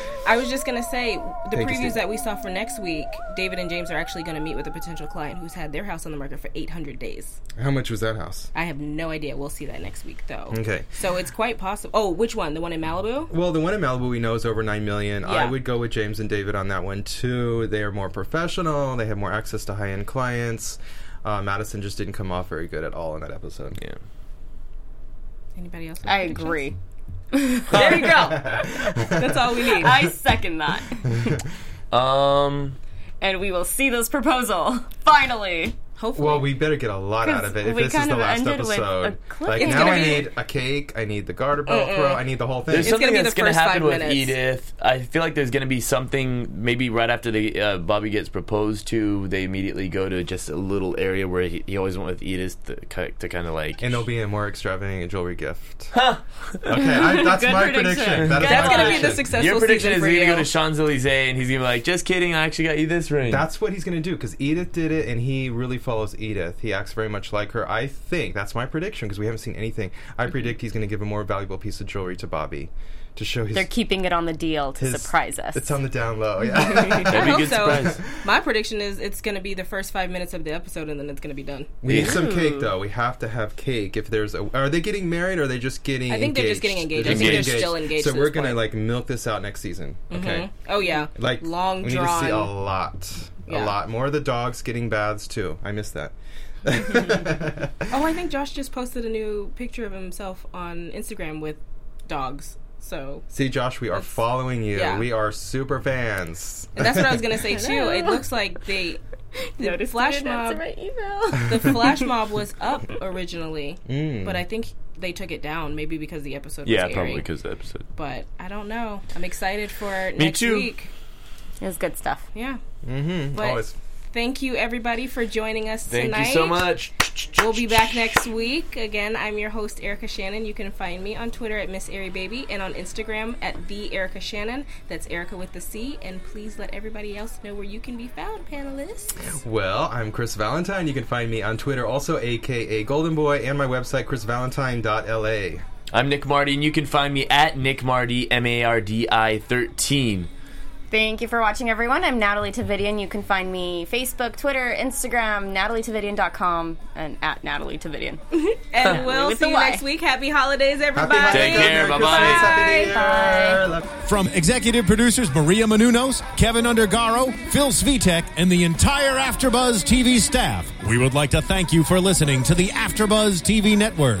[SPEAKER 1] I was just gonna say the
[SPEAKER 6] Thank
[SPEAKER 1] previews
[SPEAKER 6] you, Steve.
[SPEAKER 1] that we saw for next week. David and James are actually gonna meet with a potential client who's had their house on the market for 800 days.
[SPEAKER 6] How much was that house?
[SPEAKER 1] I have no idea. We'll see that next week though.
[SPEAKER 6] Okay.
[SPEAKER 1] So it's quite possible. Oh, which one? The one in Malibu?
[SPEAKER 6] Well, the one in Malibu we know is over nine million. I
[SPEAKER 1] Yeah.
[SPEAKER 6] would go with James and David on that one too. They are more professional. They have more access to high end clients. Uh, Madison just didn't come off very good at all in that episode.
[SPEAKER 4] Yeah.
[SPEAKER 1] Anybody else? with
[SPEAKER 5] I
[SPEAKER 1] predictions?
[SPEAKER 5] agree. there you go.
[SPEAKER 1] That's all we need.
[SPEAKER 5] I second that.
[SPEAKER 4] Um,
[SPEAKER 5] And we will see this proposal finally.
[SPEAKER 1] Hopefully.
[SPEAKER 6] Well, we better get a lot out of it if
[SPEAKER 5] we
[SPEAKER 6] this is
[SPEAKER 5] kind
[SPEAKER 6] the
[SPEAKER 5] of
[SPEAKER 6] last
[SPEAKER 5] ended with a
[SPEAKER 6] episode.
[SPEAKER 5] cliff-
[SPEAKER 6] Like
[SPEAKER 5] It's
[SPEAKER 6] now,
[SPEAKER 1] gonna
[SPEAKER 6] I
[SPEAKER 1] be-
[SPEAKER 6] need a cake. I need the garter belt throw. I need the whole thing.
[SPEAKER 4] there's something
[SPEAKER 1] gonna be
[SPEAKER 4] that's
[SPEAKER 1] the
[SPEAKER 4] going to
[SPEAKER 1] first five
[SPEAKER 4] happen with
[SPEAKER 1] minutes.
[SPEAKER 4] Edith. I feel like there's going to be something maybe right after the uh, Bobby gets proposed to. They immediately go to just a little area where he, he always went with Edith to, ki- to kind of like.
[SPEAKER 6] and it'll be a more extravagant jewelry gift. Okay, I, that's
[SPEAKER 5] Good
[SPEAKER 6] my prediction.
[SPEAKER 5] prediction.
[SPEAKER 6] That is
[SPEAKER 1] That's
[SPEAKER 6] my
[SPEAKER 1] gonna be
[SPEAKER 6] prediction.
[SPEAKER 1] the successful
[SPEAKER 4] your prediction
[SPEAKER 1] season
[SPEAKER 4] is
[SPEAKER 1] for
[SPEAKER 4] he's
[SPEAKER 1] you.
[SPEAKER 4] going to go to Champs Elysees and he's going to be like, "Just kidding, I actually got you this ring."
[SPEAKER 6] That's what he's going to do because Edith did it, and he really follows Edith. He acts very much like her. I think that's my prediction because we haven't seen anything. I
[SPEAKER 1] Mm-hmm.
[SPEAKER 6] predict he's going to give a more valuable piece of jewelry to Bobby to show his.
[SPEAKER 5] They're keeping it on the deal to
[SPEAKER 6] his-
[SPEAKER 5] surprise us.
[SPEAKER 6] It's on the down low. Yeah,
[SPEAKER 4] That'd be a
[SPEAKER 1] hope
[SPEAKER 4] good
[SPEAKER 1] so.
[SPEAKER 4] surprise.
[SPEAKER 1] My prediction is it's gonna be the first five minutes of the episode, and then it's gonna be done.
[SPEAKER 6] we need some cake though. We have to have cake. If there's, a, are they getting married or are they just getting?
[SPEAKER 1] I think they're just getting engaged. I think they're still engaged
[SPEAKER 6] So
[SPEAKER 1] at
[SPEAKER 6] we're
[SPEAKER 1] this
[SPEAKER 6] gonna
[SPEAKER 1] point.
[SPEAKER 6] like milk this out next season. Okay.
[SPEAKER 1] Oh yeah.
[SPEAKER 6] Like
[SPEAKER 1] long
[SPEAKER 6] we
[SPEAKER 1] drawn.
[SPEAKER 6] need to see a lot, a
[SPEAKER 1] Yeah.
[SPEAKER 6] lot more of the dogs getting baths too. I miss that.
[SPEAKER 1] Oh, I think Josh just posted a new picture of himself on Instagram with dogs. So
[SPEAKER 6] See, Josh, we are following you.
[SPEAKER 1] yeah.
[SPEAKER 6] We are super fans.
[SPEAKER 1] and that's what I was gonna say too. It looks like they the flash mob
[SPEAKER 5] email.
[SPEAKER 1] the flash mob was up originally,
[SPEAKER 6] Mm.
[SPEAKER 1] but I think they took it down maybe because the episode
[SPEAKER 4] yeah,
[SPEAKER 1] was
[SPEAKER 4] probably
[SPEAKER 1] airing.
[SPEAKER 4] because the episode.
[SPEAKER 1] But I don't know. I'm excited for next
[SPEAKER 4] too.
[SPEAKER 1] week.
[SPEAKER 5] it was good stuff.
[SPEAKER 1] Yeah.
[SPEAKER 6] Mm,
[SPEAKER 1] But
[SPEAKER 6] Always.
[SPEAKER 1] thank you everybody for joining us
[SPEAKER 4] Thank
[SPEAKER 1] tonight.
[SPEAKER 4] you so much.
[SPEAKER 1] We'll be back next week. Again, I'm your host, Erica Shannon. You can find me on Twitter at Miss Airy Baby and on Instagram at the Erica Shannon. That's Erica with the C. And please let everybody else know where you can be found, panelists.
[SPEAKER 6] Well, I'm Chris Valentine. You can find me on Twitter, also aka Golden Boy, and my website, chrisvalentine.la.
[SPEAKER 4] I'm Nick Marty, and you can find me at Nick Marty, M A R D I 13.
[SPEAKER 5] Thank you for watching, everyone. I'm Natalie Tavidian. You can find me Facebook, Twitter, Instagram, natalietavidian.com, and at Natalie Tavidian.
[SPEAKER 1] And we'll
[SPEAKER 5] With
[SPEAKER 1] see
[SPEAKER 5] the
[SPEAKER 1] you
[SPEAKER 5] Y.
[SPEAKER 1] next week. Happy holidays,
[SPEAKER 6] Happy
[SPEAKER 1] everybody.
[SPEAKER 6] holidays,
[SPEAKER 4] Take care,
[SPEAKER 6] Merry
[SPEAKER 4] bye-bye.
[SPEAKER 6] Christmas, Happy New Year.
[SPEAKER 5] Bye.
[SPEAKER 6] Love-
[SPEAKER 2] From executive producers Maria Manunos, Kevin Undergaro, Phil Svitek, and the entire AfterBuzz TV staff, we would like to thank you for listening to the AfterBuzz TV network.